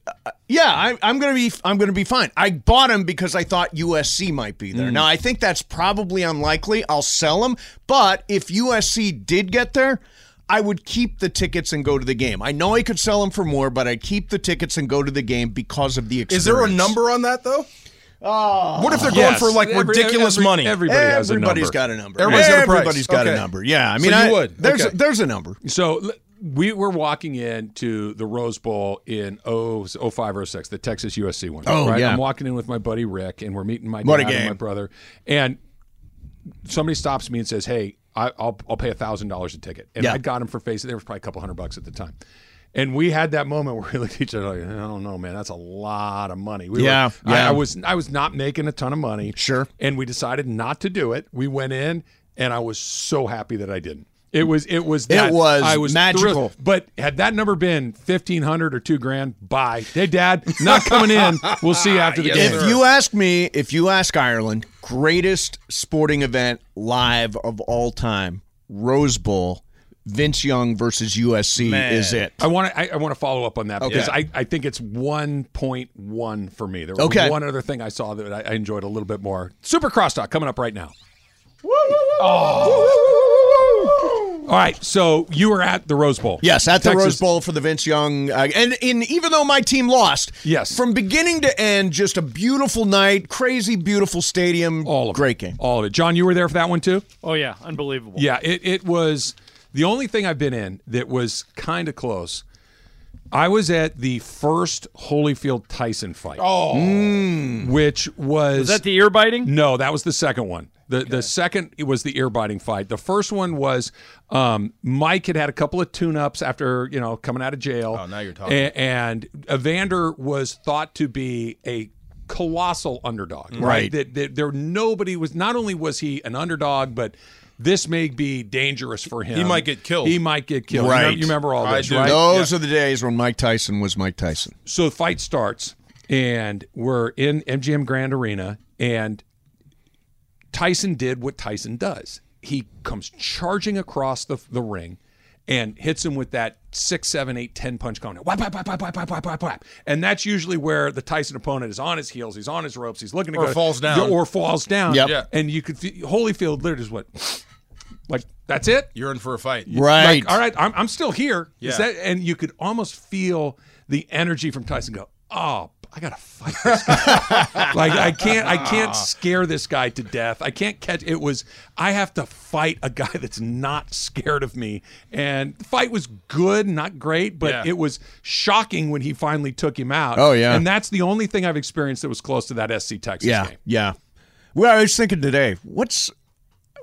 Speaker 8: Yeah, I, I'm gonna be. I'm gonna be fine. I bought them because I thought USC might be
Speaker 2: Mm.
Speaker 8: there. Now I think that's probably unlikely. I'll sell them, but if USC did get there, I would keep the tickets and go to the game. I know I could sell them for more, but I keep the tickets and go to the game because of the experience.
Speaker 2: Is there a number on that though? what if they're going
Speaker 1: Ah. Yes.
Speaker 2: for like
Speaker 1: Every-
Speaker 2: ridiculous
Speaker 1: every-
Speaker 2: money?
Speaker 1: Everybody has a
Speaker 8: Everybody's
Speaker 1: number.
Speaker 8: got a number.
Speaker 2: Everybody's got a price.
Speaker 8: Everybody's got a
Speaker 2: Okay.
Speaker 8: number. Yeah, I
Speaker 2: So
Speaker 8: mean,
Speaker 2: you
Speaker 8: I,
Speaker 2: would.
Speaker 8: There's
Speaker 2: Okay.
Speaker 8: there's a number.
Speaker 1: So l- we were walking into the Rose Bowl in oh, 0, 05 or 06, the Texas USC one.
Speaker 8: Oh,
Speaker 1: right?
Speaker 8: yeah.
Speaker 1: I'm walking in with my buddy Rick, and we're meeting my
Speaker 8: What a
Speaker 1: dad and
Speaker 8: game.
Speaker 1: my brother. And somebody stops me and says, "Hey, I, I'll I'll pay thousand dollars a ticket." And
Speaker 8: Yeah.
Speaker 1: I got him for face. There was probably a couple hundred bucks at the time. And we had that moment where we looked at each other like, I don't know, man, that's a lot of money. We were-
Speaker 8: Yeah,
Speaker 1: I-
Speaker 8: yeah.
Speaker 1: I was I was not making a ton of money.
Speaker 8: Sure.
Speaker 1: And we decided not to do it. We went in, and I was so happy that I didn't. It was it was that
Speaker 8: was
Speaker 1: I was
Speaker 8: magical.
Speaker 1: thrilled. But had that number been fifteen hundred or two grand, bye. Hey, Dad, not coming in. We'll see you after the game.
Speaker 8: If you ask me, if you ask Ireland, greatest sporting event live of all time, Rose Bowl, Vince Young versus USC is it.
Speaker 1: I want to. I, I want to follow up on that because I, I think it's one point one for me. There was
Speaker 8: Okay.
Speaker 1: one other thing I saw that I, I enjoyed a little bit more. Super crosstalk coming up right now. Oh. All right, so you were at the Rose Bowl.
Speaker 8: Yes, at the
Speaker 1: Texas-
Speaker 8: Rose Bowl for the Vince Young, uh, and in even though my team lost,
Speaker 1: Yes.
Speaker 8: from beginning to end, just a beautiful night, crazy, beautiful stadium,
Speaker 1: All of it.
Speaker 8: great game.
Speaker 1: All of it. John, you were there for that one too.
Speaker 9: Oh yeah, unbelievable.
Speaker 1: Yeah, it, it was the only thing I've been in that was kind of close. I was at the first Holyfield Tyson fight. Oh, which was
Speaker 9: Is that the ear biting?
Speaker 1: No, that was the second one. The the second it was the ear biting fight. The first one was um, Mike had had a couple of tune ups after you know coming out of jail.
Speaker 2: Oh, now you're talking.
Speaker 1: A- And, Evander was thought to be a colossal underdog. Right. That, that there nobody was. Not only was he an underdog, but this may be dangerous for him.
Speaker 2: He might get killed.
Speaker 1: He might get killed. You,
Speaker 8: Right.
Speaker 1: remember, you remember all
Speaker 2: I
Speaker 1: this,
Speaker 2: do.
Speaker 1: right?
Speaker 8: Those are the days when Mike Tyson was Mike Tyson.
Speaker 1: so the fight starts and we're in MGM Grand Arena and Tyson did what Tyson does. He comes charging across the, the ring and hits him with that six, seven, eight, ten punch combo. Whap, whap, whap, whap, whap, whap, whap, whap, whap. And that's usually where the Tyson opponent is on his heels. He's on his ropes. He's looking to
Speaker 2: Or
Speaker 1: go
Speaker 2: falls down.
Speaker 1: or falls down.
Speaker 8: Yep.
Speaker 2: Yeah.
Speaker 1: And you could feel- Holyfield literally just went Like that's it.
Speaker 2: You're in for a fight,
Speaker 1: Like, all right, I'm, I'm still here. Is
Speaker 2: Yeah.
Speaker 1: that and you could almost feel the energy from Tyson go, oh, I gotta fight this guy. like I can't I can't scare this guy to death. I can't catch it was I have to fight a guy that's not scared of me. And the fight was good, not great, but
Speaker 2: Yeah.
Speaker 1: it was shocking when he finally took him out.
Speaker 8: Oh, yeah.
Speaker 1: And that's the only thing I've experienced that was close to that SC Texas
Speaker 8: yeah,
Speaker 1: game.
Speaker 8: yeah. Well, I was thinking today, what's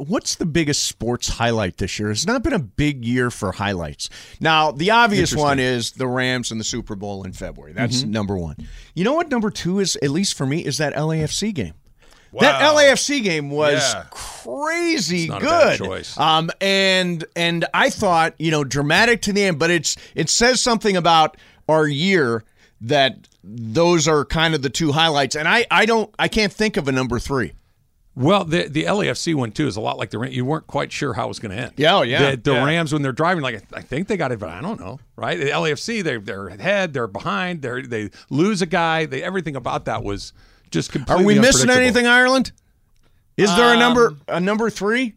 Speaker 8: what's the biggest sports highlight this year? It's not been a big year for highlights. Now, the obvious one is the Rams and the Super Bowl in February. That's
Speaker 1: Mm-hmm.
Speaker 8: number one. You know what? Number two is, at least for me, is that LAFC game. That
Speaker 2: Wow.
Speaker 8: LAFC game was
Speaker 2: Yeah.
Speaker 8: crazy
Speaker 1: It's not a bad
Speaker 8: good.
Speaker 1: choice.
Speaker 8: Um, and and I thought you know dramatic to the end, but it's it says something about our year that those are kind of the two highlights. And I I don't I can't think of a number three.
Speaker 1: Well, the the LAFC one too is a lot like the Rams. You weren't quite sure how it was going to end.
Speaker 8: Yeah, oh, yeah,
Speaker 1: The, the
Speaker 8: yeah.
Speaker 1: Rams when they're driving, like I think they got it, but I don't know, right? The LAFC, they they're ahead, they're behind, they they lose a guy. They, everything about that was just
Speaker 8: Are
Speaker 1: completely.
Speaker 8: we missing
Speaker 1: unpredictable.
Speaker 8: anything, Ireland? Is there
Speaker 2: Um,
Speaker 8: a number a number three?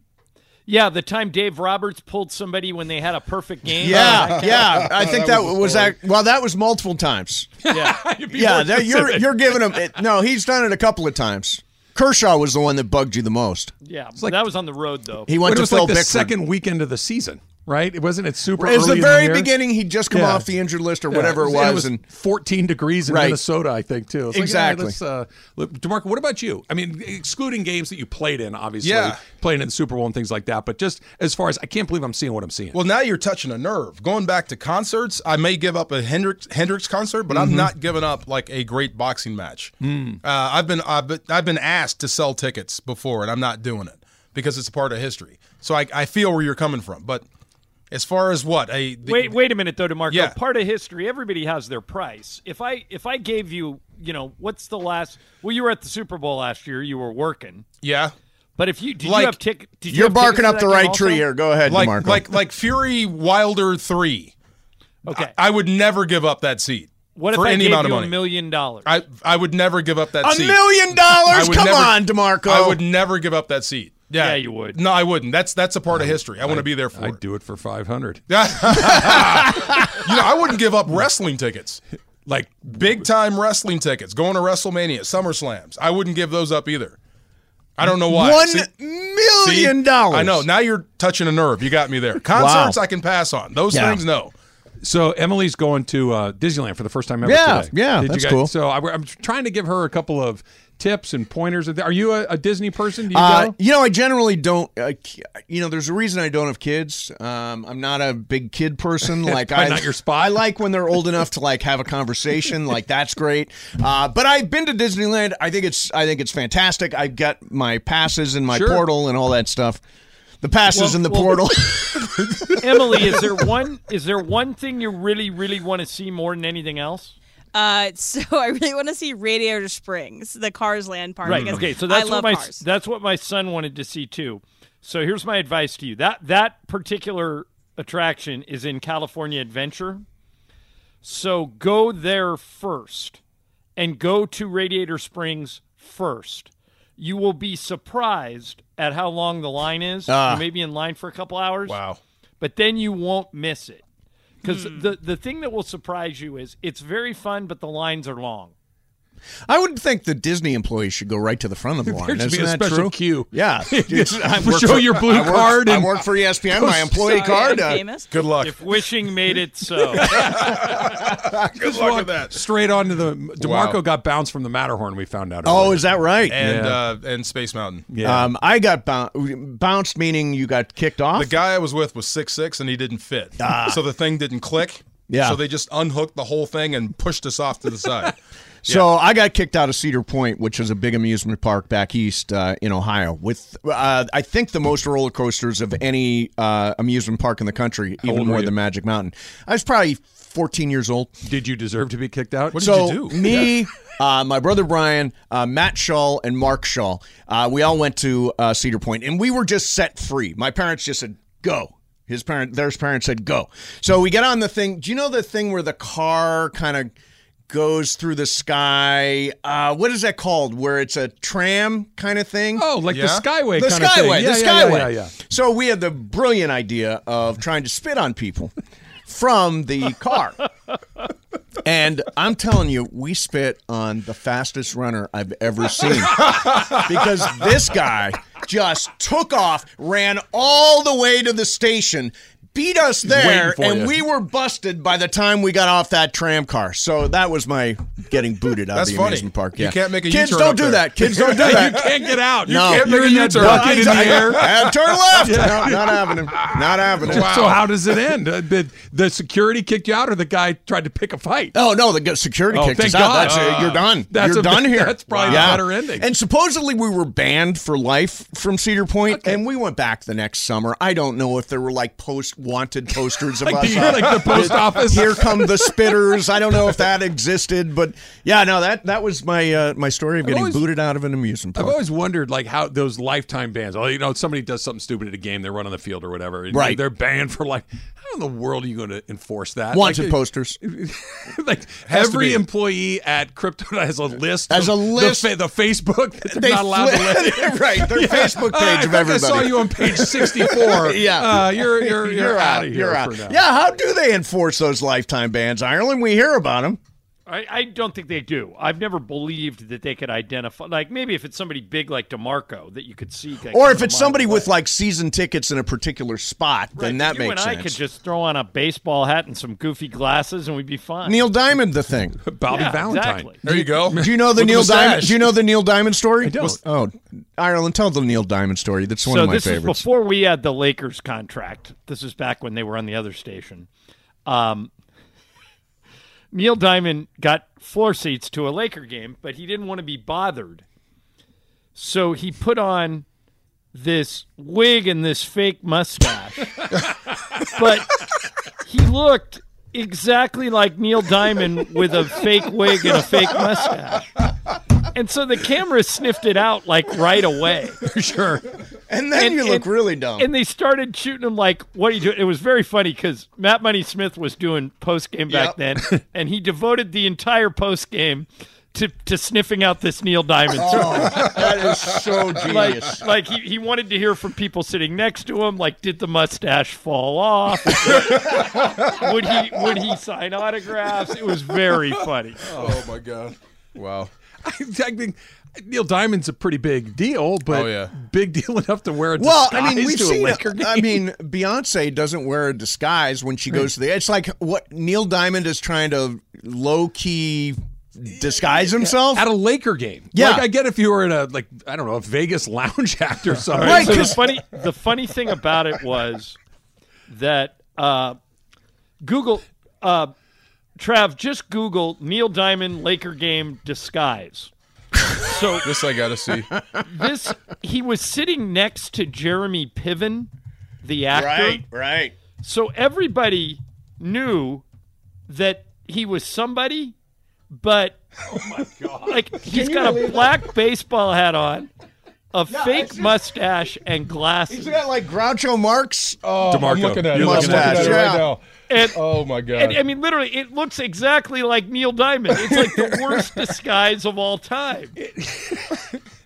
Speaker 9: Yeah, the time Dave Roberts pulled somebody when they had a perfect game.
Speaker 8: Yeah,
Speaker 9: That
Speaker 8: yeah. I think Uh, that, was, that. Well, that was multiple times.
Speaker 9: kind of- yeah.
Speaker 1: You'd be
Speaker 8: Yeah,
Speaker 1: more
Speaker 8: that, you're
Speaker 1: specific.
Speaker 8: you're giving him. It, no, he's done it a couple of times. Kershaw was the one that bugged you the most.
Speaker 9: Yeah, that was on the road though.
Speaker 8: He
Speaker 1: But
Speaker 8: went
Speaker 1: it
Speaker 8: to
Speaker 1: was
Speaker 8: Phil
Speaker 1: like the
Speaker 8: Bickford.
Speaker 1: second weekend of the season, right? It wasn't it super.
Speaker 8: it was
Speaker 1: early
Speaker 8: the
Speaker 1: in
Speaker 8: very
Speaker 1: year?
Speaker 8: beginning. He'd just come
Speaker 1: Yeah.
Speaker 8: off the injured list or
Speaker 1: Yeah,
Speaker 8: whatever it was,
Speaker 1: and,
Speaker 8: and
Speaker 1: 14 degrees in
Speaker 8: Right.
Speaker 1: Minnesota, I think, too. It's
Speaker 8: Exactly.
Speaker 1: Like, all right, let's, uh, look, DeMarco, what about you? I mean, excluding games that you played in, obviously,
Speaker 2: Yeah.
Speaker 1: playing in the Super Bowl and things like that. But just as far as I can't believe I'm seeing what I'm seeing.
Speaker 2: Well, now you're touching a nerve. Going back to concerts, I may give up a Hendrix Hendrix concert, but I'm not giving up like a great boxing match. Uh, I've been I've been I've been asked to sell tickets before, and I'm not doing it because it's a part of history. So I, I feel where you're coming from, but as far as what a the-
Speaker 9: wait, wait a minute though, Demarco.
Speaker 2: Yeah.
Speaker 9: Part of history, everybody has their price. If I if I gave you, you know, what's the last? Well, you were at the Super Bowl last year. You were working,
Speaker 2: yeah.
Speaker 9: but if you did
Speaker 2: Like,
Speaker 9: you have tick, did you
Speaker 8: you're
Speaker 9: have tickets
Speaker 8: barking
Speaker 9: to
Speaker 8: up
Speaker 9: that
Speaker 8: the
Speaker 9: game
Speaker 8: right
Speaker 9: also?
Speaker 8: tree here. Go ahead,
Speaker 2: like
Speaker 8: Mark.
Speaker 2: like like Fury Wilder three.
Speaker 9: Okay,
Speaker 2: I would never give up that seat
Speaker 9: what if
Speaker 2: for
Speaker 9: I
Speaker 2: any
Speaker 9: gave
Speaker 2: amount of
Speaker 9: you
Speaker 2: money.
Speaker 9: a million dollars?
Speaker 2: I I would never give up that
Speaker 8: a
Speaker 2: seat.
Speaker 8: million
Speaker 2: I
Speaker 8: dollars.
Speaker 2: would
Speaker 8: Come
Speaker 2: never-
Speaker 8: on, Demarco.
Speaker 2: I would never give up that seat. Yeah,
Speaker 9: Yeah, you would.
Speaker 2: No, I wouldn't. That's that's a part of history. I, want to be there for
Speaker 1: I'd
Speaker 2: it.
Speaker 1: do it for 500.
Speaker 2: You know, I wouldn't give up wrestling tickets.
Speaker 1: Like,
Speaker 2: Big time wrestling tickets. Going to WrestleMania, SummerSlams. I wouldn't give those up either. I don't know why.
Speaker 8: One
Speaker 2: See- see?
Speaker 8: million dollars.
Speaker 2: I know. Now you're touching a nerve. You got me there. Concerts I can pass on. Those
Speaker 8: Yeah.
Speaker 2: things, no.
Speaker 1: so Emily's going to uh, Disneyland for the first time ever.
Speaker 8: Yeah,
Speaker 1: today.
Speaker 8: yeah,
Speaker 1: Did you
Speaker 8: that's
Speaker 1: guys-
Speaker 8: cool.
Speaker 1: So I, am trying to give her a couple of tips and pointers. Are you a, a Disney person? Do you
Speaker 8: Uh,
Speaker 1: go?
Speaker 8: you know, I generally don't. Uh, ki- you know, there's a reason I don't have kids. Um, I'm not a big kid person. Like, I
Speaker 1: not your spot.
Speaker 8: I like when they're old enough to like have a conversation. Like, that's great. Uh, but I've been to Disneyland. I think it's I think it's fantastic. I've got my passes and my
Speaker 1: Sure.
Speaker 8: portal and all that stuff. The passes
Speaker 9: Well-
Speaker 8: and the
Speaker 9: well-
Speaker 8: portal.
Speaker 9: Emily, is there one is there one thing you really really want to see more than anything else?
Speaker 3: Uh, so I really want to see Radiator Springs, the Cars Land park.
Speaker 9: Right.
Speaker 3: because
Speaker 9: Okay. So that's
Speaker 3: I
Speaker 9: what
Speaker 3: love
Speaker 9: my
Speaker 3: cars.
Speaker 9: that's what my son wanted to see too. So here's my advice to you. That that particular attraction is in California Adventure. So go there first and go to Radiator Springs first. You will be surprised at how long the line is. you may be in line for a couple hours.
Speaker 2: Wow.
Speaker 9: But then you won't miss it. Because
Speaker 3: Hmm.
Speaker 9: the, the thing that will surprise you is it's very fun, but the lines are long.
Speaker 8: I would think the Disney employees should go right to the front of the line.
Speaker 1: There should
Speaker 8: Isn't
Speaker 1: be a
Speaker 8: that
Speaker 1: special
Speaker 8: true?
Speaker 1: queue.
Speaker 8: Yeah, It's- I work
Speaker 1: Show your blue
Speaker 8: I work-
Speaker 1: card
Speaker 8: I
Speaker 1: and-
Speaker 8: work for E ESPN. My employee
Speaker 3: Sorry,
Speaker 8: card.
Speaker 3: I'm
Speaker 8: uh,
Speaker 3: famous.
Speaker 2: E Good luck.
Speaker 9: If wishing made it so.
Speaker 2: Good luck with
Speaker 1: Walked
Speaker 2: that.
Speaker 1: Straight onto the DeMarco
Speaker 2: Wow.
Speaker 1: got bounced from the Matterhorn. We found out.
Speaker 8: oh,
Speaker 1: earlier.
Speaker 8: is that right?
Speaker 2: And uh, and Space Mountain.
Speaker 1: Yeah.
Speaker 8: Um, I got bou- bounced, meaning you got kicked off. Ah.
Speaker 2: The guy I was with was six six, and he didn't fit. So the thing didn't click.
Speaker 8: Yeah.
Speaker 2: So they just unhooked the whole thing and pushed us off to the side.
Speaker 8: so Oh, I got kicked out of Cedar Point, which is a big amusement park back east uh, in Ohio, with uh, I think the most roller coasters of any uh, amusement park in the country, even more than Magic Mountain. I was probably 14 years old.
Speaker 1: Did you deserve to be kicked out? What
Speaker 8: so
Speaker 1: did you do?
Speaker 8: me, uh, my brother Brian, uh, Matt Shaw, and Mark Shaw, uh, we all went to uh, Cedar Point, and we were just set free. My parents just said, "Go." His parent, their parents said, "Go." So we get on the thing. Do you know the thing where the car kind of goes through the sky. Uh, what is that called? Where it's a tram kind of thing? Oh,
Speaker 1: like the Yeah. Skyway
Speaker 8: The
Speaker 1: kind of thing.
Speaker 8: Skyway.
Speaker 1: Yeah,
Speaker 8: the
Speaker 1: yeah, yeah,
Speaker 8: Skyway.
Speaker 1: yeah, yeah.
Speaker 8: So we had the brilliant idea of trying to spit on people from the car. And I'm telling you, we spit on the fastest runner I've ever seen because this guy just took off, ran all the way to the station, beat us there,
Speaker 2: waiting for
Speaker 8: and
Speaker 2: you.
Speaker 8: we were busted by the time we got off that tram car. So that was my getting booted out
Speaker 2: That's
Speaker 8: of the
Speaker 2: funny.
Speaker 8: amusement park.
Speaker 2: You
Speaker 8: yeah.
Speaker 2: can't make a
Speaker 8: kids
Speaker 2: U-turn
Speaker 8: don't
Speaker 2: up
Speaker 8: do
Speaker 2: there.
Speaker 8: that. Kids don't do that.
Speaker 1: you can't get out.
Speaker 8: No.
Speaker 1: You can't make
Speaker 8: You're
Speaker 1: a
Speaker 8: in
Speaker 1: U-turn.
Speaker 8: that
Speaker 1: Bucket in the air.
Speaker 8: And turn left.
Speaker 1: Yeah.
Speaker 8: No, not happening. Not happening.
Speaker 1: So how does it end? Uh, Did the security kicked you out, or the guy tried to pick a fight?
Speaker 8: Oh no, the security
Speaker 1: Oh,
Speaker 8: kicked
Speaker 1: thank
Speaker 8: us out.
Speaker 1: God.
Speaker 8: That's it.
Speaker 1: Ah.
Speaker 8: you're done.
Speaker 1: That's
Speaker 8: you're
Speaker 1: a-
Speaker 8: done here.
Speaker 1: that's probably a better ending.
Speaker 8: And supposedly we were banned for life from Cedar Point, and we went back the next summer. I don't know if there were like post wanted posters of
Speaker 1: Like
Speaker 8: us,
Speaker 1: the- like the post office?
Speaker 8: Here come the spitters. I don't know if that existed, but yeah, no that that was my uh, my story of getting
Speaker 1: always-
Speaker 8: booted out of an amusement
Speaker 1: I've
Speaker 8: park.
Speaker 1: always wondered like how those lifetime bans. Oh, you know, somebody does something stupid at a game, they run on the field or whatever. and
Speaker 8: Right.
Speaker 1: They're banned for like. How in the world are you going to enforce that?
Speaker 8: Wanted
Speaker 1: Like,
Speaker 8: posters.
Speaker 1: like
Speaker 8: Has to
Speaker 1: every
Speaker 8: be.
Speaker 1: employee at Crypto has a list.
Speaker 8: Has
Speaker 1: of
Speaker 8: a
Speaker 1: the
Speaker 8: list.
Speaker 1: fa- The, Facebook that they're
Speaker 8: They
Speaker 1: not allowed to
Speaker 8: flip-
Speaker 1: let.
Speaker 8: right, their Facebook
Speaker 1: Uh,
Speaker 8: page
Speaker 1: I
Speaker 8: of
Speaker 1: think I saw
Speaker 8: everybody.
Speaker 1: you on page sixty-four.
Speaker 8: yeah,
Speaker 1: Uh, you're you're you're, out of here.
Speaker 8: You're
Speaker 1: for
Speaker 8: out.
Speaker 1: now.
Speaker 8: Yeah, how do they enforce those lifetime bans, Ireland? We hear about them.
Speaker 9: I, I don't think they do. I've never believed that they could identify. Like maybe if it's somebody big like Demarco that you could see, that
Speaker 8: Or
Speaker 9: comes
Speaker 8: if it's
Speaker 9: a mile
Speaker 8: somebody
Speaker 9: away.
Speaker 8: with like season tickets in a particular spot, then
Speaker 9: Right,
Speaker 8: that
Speaker 9: you
Speaker 8: makes
Speaker 9: and I
Speaker 8: sense.
Speaker 9: could just throw on a baseball hat and some goofy glasses, and we'd be fine.
Speaker 8: Neil Diamond, the thing.
Speaker 1: Bobby
Speaker 9: Yeah,
Speaker 1: Valentine.
Speaker 9: exactly.
Speaker 2: There you go.
Speaker 8: Do you know the
Speaker 2: With a
Speaker 8: Neil Diamond?
Speaker 2: mustache.
Speaker 8: Do you know the Neil Diamond story? I
Speaker 1: don't.
Speaker 8: Oh, Ireland, tell the Neil Diamond story. That's one
Speaker 9: so
Speaker 8: of my
Speaker 9: this
Speaker 8: favorites.
Speaker 9: is before we had the Lakers contract. This is back when they were on the other station. Um, Neil Diamond got floor seats to a Laker game, but he didn't want to be bothered. So he put on this wig and this fake mustache. but he looked exactly like Neil Diamond with a fake wig and a fake mustache. And so the camera sniffed it out like right away.
Speaker 1: sure.
Speaker 8: and then
Speaker 9: and-
Speaker 8: you look
Speaker 9: and-
Speaker 8: really dumb.
Speaker 9: And they started shooting him like, "What are you doing?" It was very funny because Matt Money Smith was doing post game back then, and he devoted the entire post game to to sniffing out this Neil Diamond. story.
Speaker 8: that is so Oh, genius.
Speaker 9: Like, like he, he wanted to hear from people sitting next to him. Like, did the mustache fall off? would he would he sign autographs? It was very funny.
Speaker 2: Oh my god. Wow.
Speaker 1: I think Neil Diamond's a pretty big deal, but
Speaker 2: Oh, yeah.
Speaker 1: big deal enough to wear a
Speaker 8: well,
Speaker 1: disguise
Speaker 8: I mean, we've
Speaker 1: to
Speaker 8: seen.
Speaker 1: a Laker game.
Speaker 8: I mean, Beyonce doesn't wear a disguise when she goes to the. It's like what Neil Diamond is trying to low key disguise himself.
Speaker 1: at a Laker game.
Speaker 8: Yeah.
Speaker 1: like I get if you were in a like I don't know a Vegas lounge act or something.
Speaker 8: Right,
Speaker 9: So the
Speaker 8: 'cause-
Speaker 9: funny the funny thing about it was that uh, Google uh, Trav just Google Neil Diamond Laker game disguise. So
Speaker 2: This I gotta see.
Speaker 9: this he was sitting next to Jeremy Piven, the actor.
Speaker 8: right, right.
Speaker 9: So everybody knew that he was somebody, but oh my god! Like he's got a black baseball hat on, a fake mustache, and glasses.
Speaker 8: He's got like Groucho Marx.
Speaker 2: Oh,
Speaker 1: DeMarco,
Speaker 2: I'm looking at
Speaker 1: you're
Speaker 2: it.
Speaker 1: looking
Speaker 2: I'm
Speaker 8: at
Speaker 2: looking at it
Speaker 8: it.
Speaker 2: right
Speaker 8: Yeah.
Speaker 2: now.
Speaker 9: And,
Speaker 2: Oh my god.
Speaker 9: and I mean, literally, it looks exactly like Neil Diamond. It's like the worst disguise of all time.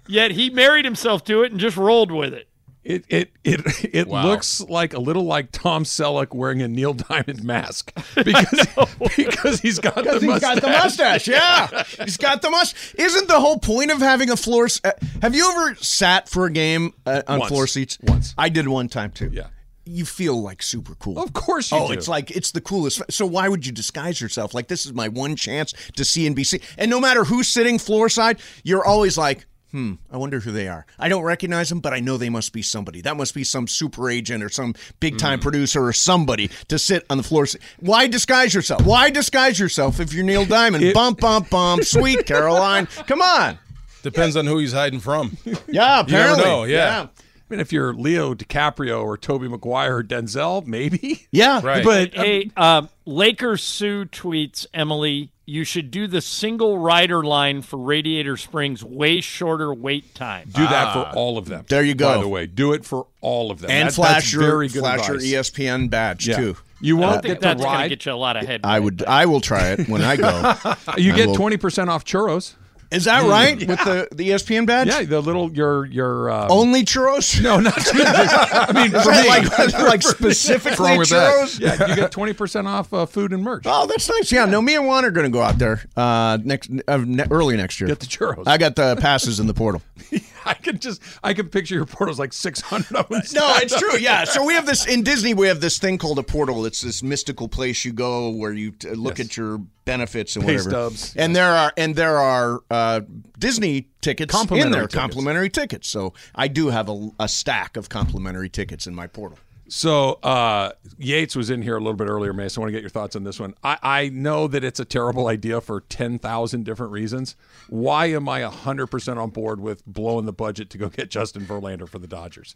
Speaker 9: Yet he married himself to it and just rolled with it.
Speaker 1: It it it it
Speaker 2: Wow.
Speaker 1: looks like a little like Tom Selleck wearing a Neil Diamond mask because because he's got the
Speaker 8: He's
Speaker 1: mustache.
Speaker 8: got the mustache. Yeah, he's got the mustache. Isn't the whole point of having a floor? s- uh, have you ever sat for a game uh, on
Speaker 1: Once.
Speaker 8: floor seats?
Speaker 1: Once.
Speaker 8: I did one time too.
Speaker 1: Yeah.
Speaker 8: You feel like super cool.
Speaker 1: Of course you
Speaker 8: oh,
Speaker 1: do.
Speaker 8: it's like it's the coolest. So why would you disguise yourself? Like this is my one chance to see NBC. And no matter who's sitting floor side, you're always like, hmm, I wonder who they are. I don't recognize them, but I know they must be somebody. That must be some super agent or some big
Speaker 2: Hmm.
Speaker 8: time producer or somebody to sit on the floor. seat. Why disguise yourself? Why disguise yourself if you're Neil Diamond? bump, bump, bump. Sweet Caroline, come on.
Speaker 2: Depends on who he's hiding from.
Speaker 8: Yeah, apparently.
Speaker 2: know, yeah.
Speaker 1: I mean, if you're Leo DiCaprio or Toby Maguire or Denzel, maybe.
Speaker 8: yeah, yeah.
Speaker 2: Right.
Speaker 1: But
Speaker 9: Hey, um, Laker Sue tweets Emily, you should do the single rider line for Radiator Springs, way shorter wait time.
Speaker 1: do that for all of them.
Speaker 8: Ah, There you
Speaker 1: By
Speaker 8: go.
Speaker 1: the way, do it for all of them.
Speaker 8: And
Speaker 1: That-
Speaker 8: flash
Speaker 1: that's
Speaker 8: your
Speaker 1: very good
Speaker 8: flash your
Speaker 1: advice.
Speaker 8: ESPN badge
Speaker 1: Yeah.
Speaker 8: too.
Speaker 1: You
Speaker 9: I
Speaker 1: won't
Speaker 9: don't think
Speaker 1: get to
Speaker 9: that's gonna
Speaker 1: ride.
Speaker 9: get you a lot of head.
Speaker 8: I would. I will try it when I go.
Speaker 1: you
Speaker 8: I
Speaker 1: get
Speaker 8: will-
Speaker 1: twenty percent off churros.
Speaker 8: Is that right? With the the E ESPN badge?
Speaker 1: Yeah, the little your your um,
Speaker 8: Only churros?
Speaker 1: No, not. I mean,
Speaker 8: Is
Speaker 1: for
Speaker 8: that
Speaker 1: me,
Speaker 8: like like
Speaker 1: for-
Speaker 8: specifically
Speaker 2: What's wrong with that?
Speaker 8: churros?
Speaker 1: yeah, you get twenty percent off uh, food and merch.
Speaker 8: Oh, that's nice. Yeah, no, me and Juan are going to go out there uh, next uh, ne- early next year.
Speaker 1: Get the churros.
Speaker 8: I got the passes in the portal.
Speaker 1: I can just I can picture your portals like six hundred of them.
Speaker 8: No, it's true. Yeah. So we have this in Disney. We have this thing called a portal. It's this mystical place you go where you t- look at your benefits and
Speaker 1: Pay
Speaker 8: whatever.
Speaker 1: stubs.
Speaker 8: And there are and there are uh, Disney tickets in
Speaker 1: Complimentary
Speaker 8: there,
Speaker 1: tickets.
Speaker 8: complimentary tickets. So I do have a, a stack of complimentary tickets in my portal.
Speaker 1: So uh, Yates was in here a little bit earlier, Mace. I want to get your thoughts on this one. I, I know that it's a terrible idea for ten thousand different reasons. Why am I hundred percent on board with blowing the budget to go get Justin Verlander for the Dodgers?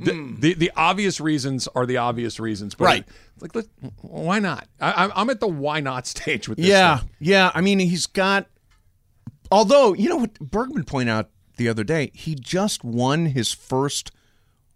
Speaker 1: The, the the obvious reasons are the obvious reasons, but
Speaker 8: Hmm. Right.
Speaker 1: Like, let, why not? I, I'm- I'm at the why not stage with this.
Speaker 8: Yeah,
Speaker 1: thing.
Speaker 8: yeah. I mean, he's got. Although you know what Bergman pointed out the other day, he just won his first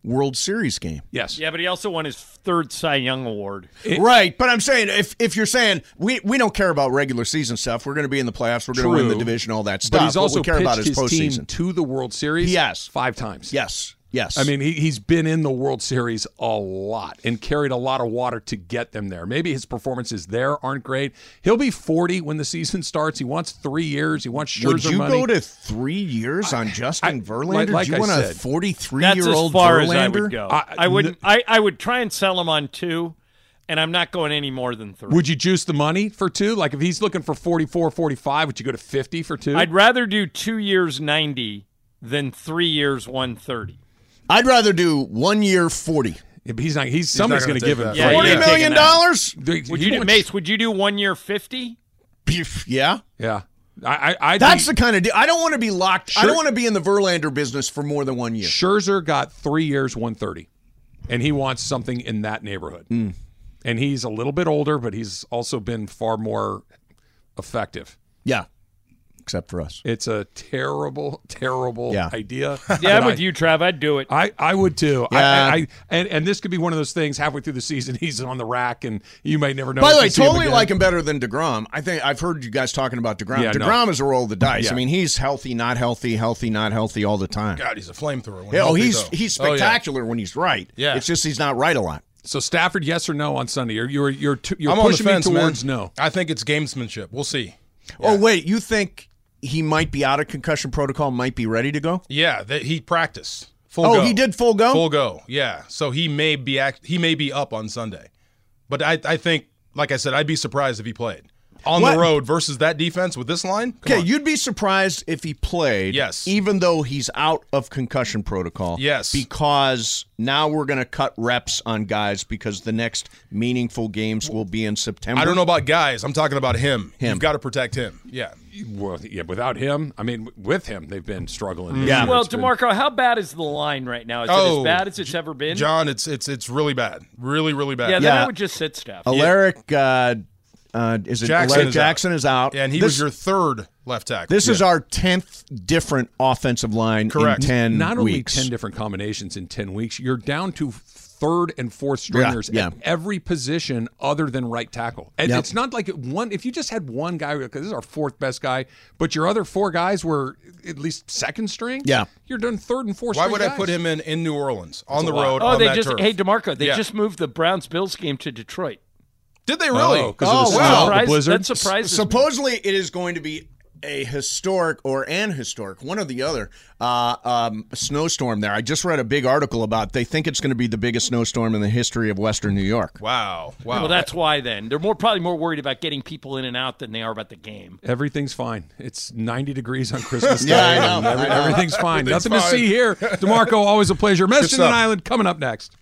Speaker 8: World Series game.
Speaker 1: Yes.
Speaker 9: Yeah, but he also won his third Cy Young award.
Speaker 8: right, but I'm saying if if you're saying we we don't care about regular season stuff, we're going to be in the playoffs, we're going to win the
Speaker 1: True.
Speaker 8: division, all that stuff.
Speaker 1: But he's also
Speaker 8: what we care about is
Speaker 1: pitched his team
Speaker 8: postseason.
Speaker 1: to the World Series.
Speaker 8: Yes.
Speaker 1: five times.
Speaker 8: Yes, yes.
Speaker 1: I mean, he, he's been in the World Series a lot and carried a lot of water to get them there. Maybe his performances there aren't great. He'll be 40 when the season starts. He wants three years. He wants Scherzer
Speaker 8: would you
Speaker 1: money.
Speaker 8: go to three years on Justin Verlander?
Speaker 1: like-
Speaker 8: Do
Speaker 1: like
Speaker 8: you
Speaker 1: I
Speaker 8: want a
Speaker 1: said,
Speaker 8: 43
Speaker 9: That's
Speaker 8: year
Speaker 9: as
Speaker 8: old
Speaker 9: far
Speaker 8: Verlander?
Speaker 9: as I would go.
Speaker 1: I-
Speaker 9: I, would. I, I would try and sell him on two, and I'm not going any more than three.
Speaker 1: would you juice the money for two? Like if he's looking for 44, 45, would you go to 50 for 2
Speaker 9: I'd rather do two years ninety than three years one thirty.
Speaker 8: I'd rather do one year 40.
Speaker 1: Yeah, but he's not. He's somebody's going
Speaker 2: not gonna
Speaker 1: to give
Speaker 2: take
Speaker 1: him
Speaker 2: that.
Speaker 9: Yeah,
Speaker 1: three.
Speaker 9: Forty
Speaker 8: Forty
Speaker 9: yeah.
Speaker 8: million
Speaker 9: Taking
Speaker 8: dollars?
Speaker 1: Dude,
Speaker 9: Would
Speaker 1: you
Speaker 9: you, do,
Speaker 1: want-
Speaker 9: Mace? Would you do one year fifty?
Speaker 8: Yeah.
Speaker 1: Yeah, I, I, I'd
Speaker 8: That's
Speaker 1: be-
Speaker 8: the kind of deal. I don't want to be locked. I
Speaker 1: Sure.
Speaker 8: don't want to be in the Verlander business for more than one year.
Speaker 1: Scherzer got three years, 130, and he wants something in that neighborhood.
Speaker 8: Hmm.
Speaker 1: And he's a little bit older, but he's also been far more effective.
Speaker 8: Yeah. Except for us.
Speaker 1: It's a terrible, terrible
Speaker 8: Yeah.
Speaker 1: idea.
Speaker 9: Yeah,
Speaker 1: but
Speaker 9: I'm with
Speaker 1: I-
Speaker 9: you, Trav. I'd do it.
Speaker 1: I, I would too. I, I,
Speaker 8: Yeah.
Speaker 1: I and, and this could be one of those things halfway through the season he's on the rack and you might never know.
Speaker 8: By
Speaker 1: if
Speaker 8: the
Speaker 1: you
Speaker 8: way,
Speaker 1: see him
Speaker 8: totally
Speaker 1: again.
Speaker 8: like him better than DeGrom. I think I've heard you guys talking about DeGrom.
Speaker 1: Yeah, no.
Speaker 8: DeGrom is a roll of the dice.
Speaker 1: Yeah.
Speaker 8: I mean, he's healthy, not healthy, healthy, not healthy all the time.
Speaker 2: God, he's a flamethrower. when
Speaker 8: Yeah, oh,
Speaker 2: healthy,
Speaker 8: he's
Speaker 2: though.
Speaker 8: he's
Speaker 2: Oh, yeah.
Speaker 8: spectacular when he's right.
Speaker 2: Yeah.
Speaker 8: It's just he's not right a lot.
Speaker 1: so Stafford, yes or no on Sunday? You're you're you're, too, you're
Speaker 2: I'm on the
Speaker 1: pushing
Speaker 2: fence,
Speaker 1: me
Speaker 2: man.
Speaker 1: towards no.
Speaker 2: I think it's gamesmanship. We'll see.
Speaker 8: Oh, wait, you think he might be out of concussion protocol, might be ready to go?
Speaker 2: Yeah, that he practiced. Full
Speaker 8: Oh,
Speaker 2: go.
Speaker 8: he did full go?
Speaker 2: Full go. Yeah. So he may be act- he may be up on Sunday, but I I think like I said I'd be surprised if he played on
Speaker 8: What?
Speaker 2: the road versus that defense with this line. Come
Speaker 8: Okay,
Speaker 2: on.
Speaker 8: you'd be surprised if he played.
Speaker 2: Yes.
Speaker 8: Even though he's out of concussion protocol.
Speaker 2: Yes.
Speaker 8: Because now we're going to cut reps on guys because the next meaningful games will be in September.
Speaker 2: I don't know about guys. I'm talking about him.
Speaker 8: Him.
Speaker 2: You've got to protect him. Yeah.
Speaker 1: Well, yeah, without him, I mean, with him, they've been struggling. this
Speaker 8: Yeah.
Speaker 1: year.
Speaker 9: Mm-hmm. well,
Speaker 1: It's been-
Speaker 9: Demarco, how bad is the line right now? Is it
Speaker 2: Oh,
Speaker 9: as bad as it's ever been?
Speaker 2: John, it's it's it's really bad. Really, really bad.
Speaker 9: yeah, then
Speaker 8: Yeah.
Speaker 9: I would just sit staff.
Speaker 8: Alaric, uh, uh, is it
Speaker 2: Jackson
Speaker 8: Alaric
Speaker 2: is out.
Speaker 8: Jackson is out.
Speaker 2: Yeah, and he
Speaker 8: this,
Speaker 2: was your third left tackle.
Speaker 8: This is
Speaker 2: Yeah.
Speaker 8: our tenth different offensive line
Speaker 2: Correct.
Speaker 8: in ten
Speaker 1: not only
Speaker 8: weeks.
Speaker 1: 10 different combinations in 10 weeks you're down to third and fourth stringers
Speaker 8: yeah.
Speaker 1: at every position other than right tackle and
Speaker 8: Yep.
Speaker 1: it's not like one if you just had one guy because this is our fourth best guy but your other four guys were at least second string
Speaker 8: Yeah.
Speaker 1: you're done third and fourth
Speaker 2: Why
Speaker 1: string
Speaker 2: would I
Speaker 1: guys.
Speaker 2: put him in in New Orleans on the road?
Speaker 9: Oh,
Speaker 2: on
Speaker 9: they
Speaker 2: that
Speaker 9: just
Speaker 2: turf?
Speaker 9: hey Demarco, they
Speaker 2: Yeah.
Speaker 9: just moved the Browns Bills game to Detroit.
Speaker 2: did they really?
Speaker 1: Oh, 'cause of the
Speaker 8: Oh,
Speaker 1: snow,
Speaker 8: wow.
Speaker 1: the
Speaker 9: Surprise-
Speaker 1: blizzard.
Speaker 9: That surprises me.
Speaker 8: Supposedly, it is going to be a historic or an historic, one or the other, uh, um, snowstorm there. I just read a big article about. They think it's going to be the biggest snowstorm in the history of Western New York.
Speaker 2: wow, wow.
Speaker 9: Well, that's why then they're more probably more worried about getting people in and out than they are about the game.
Speaker 1: Everything's fine. It's 90 degrees on Christmas Day.
Speaker 8: Yeah, I know,
Speaker 1: and every-
Speaker 8: I know.
Speaker 1: Everything's fine. Nothing to
Speaker 2: fine.
Speaker 1: see here. DeMarco, always a pleasher. Message in
Speaker 2: stuff.
Speaker 1: Island coming up next.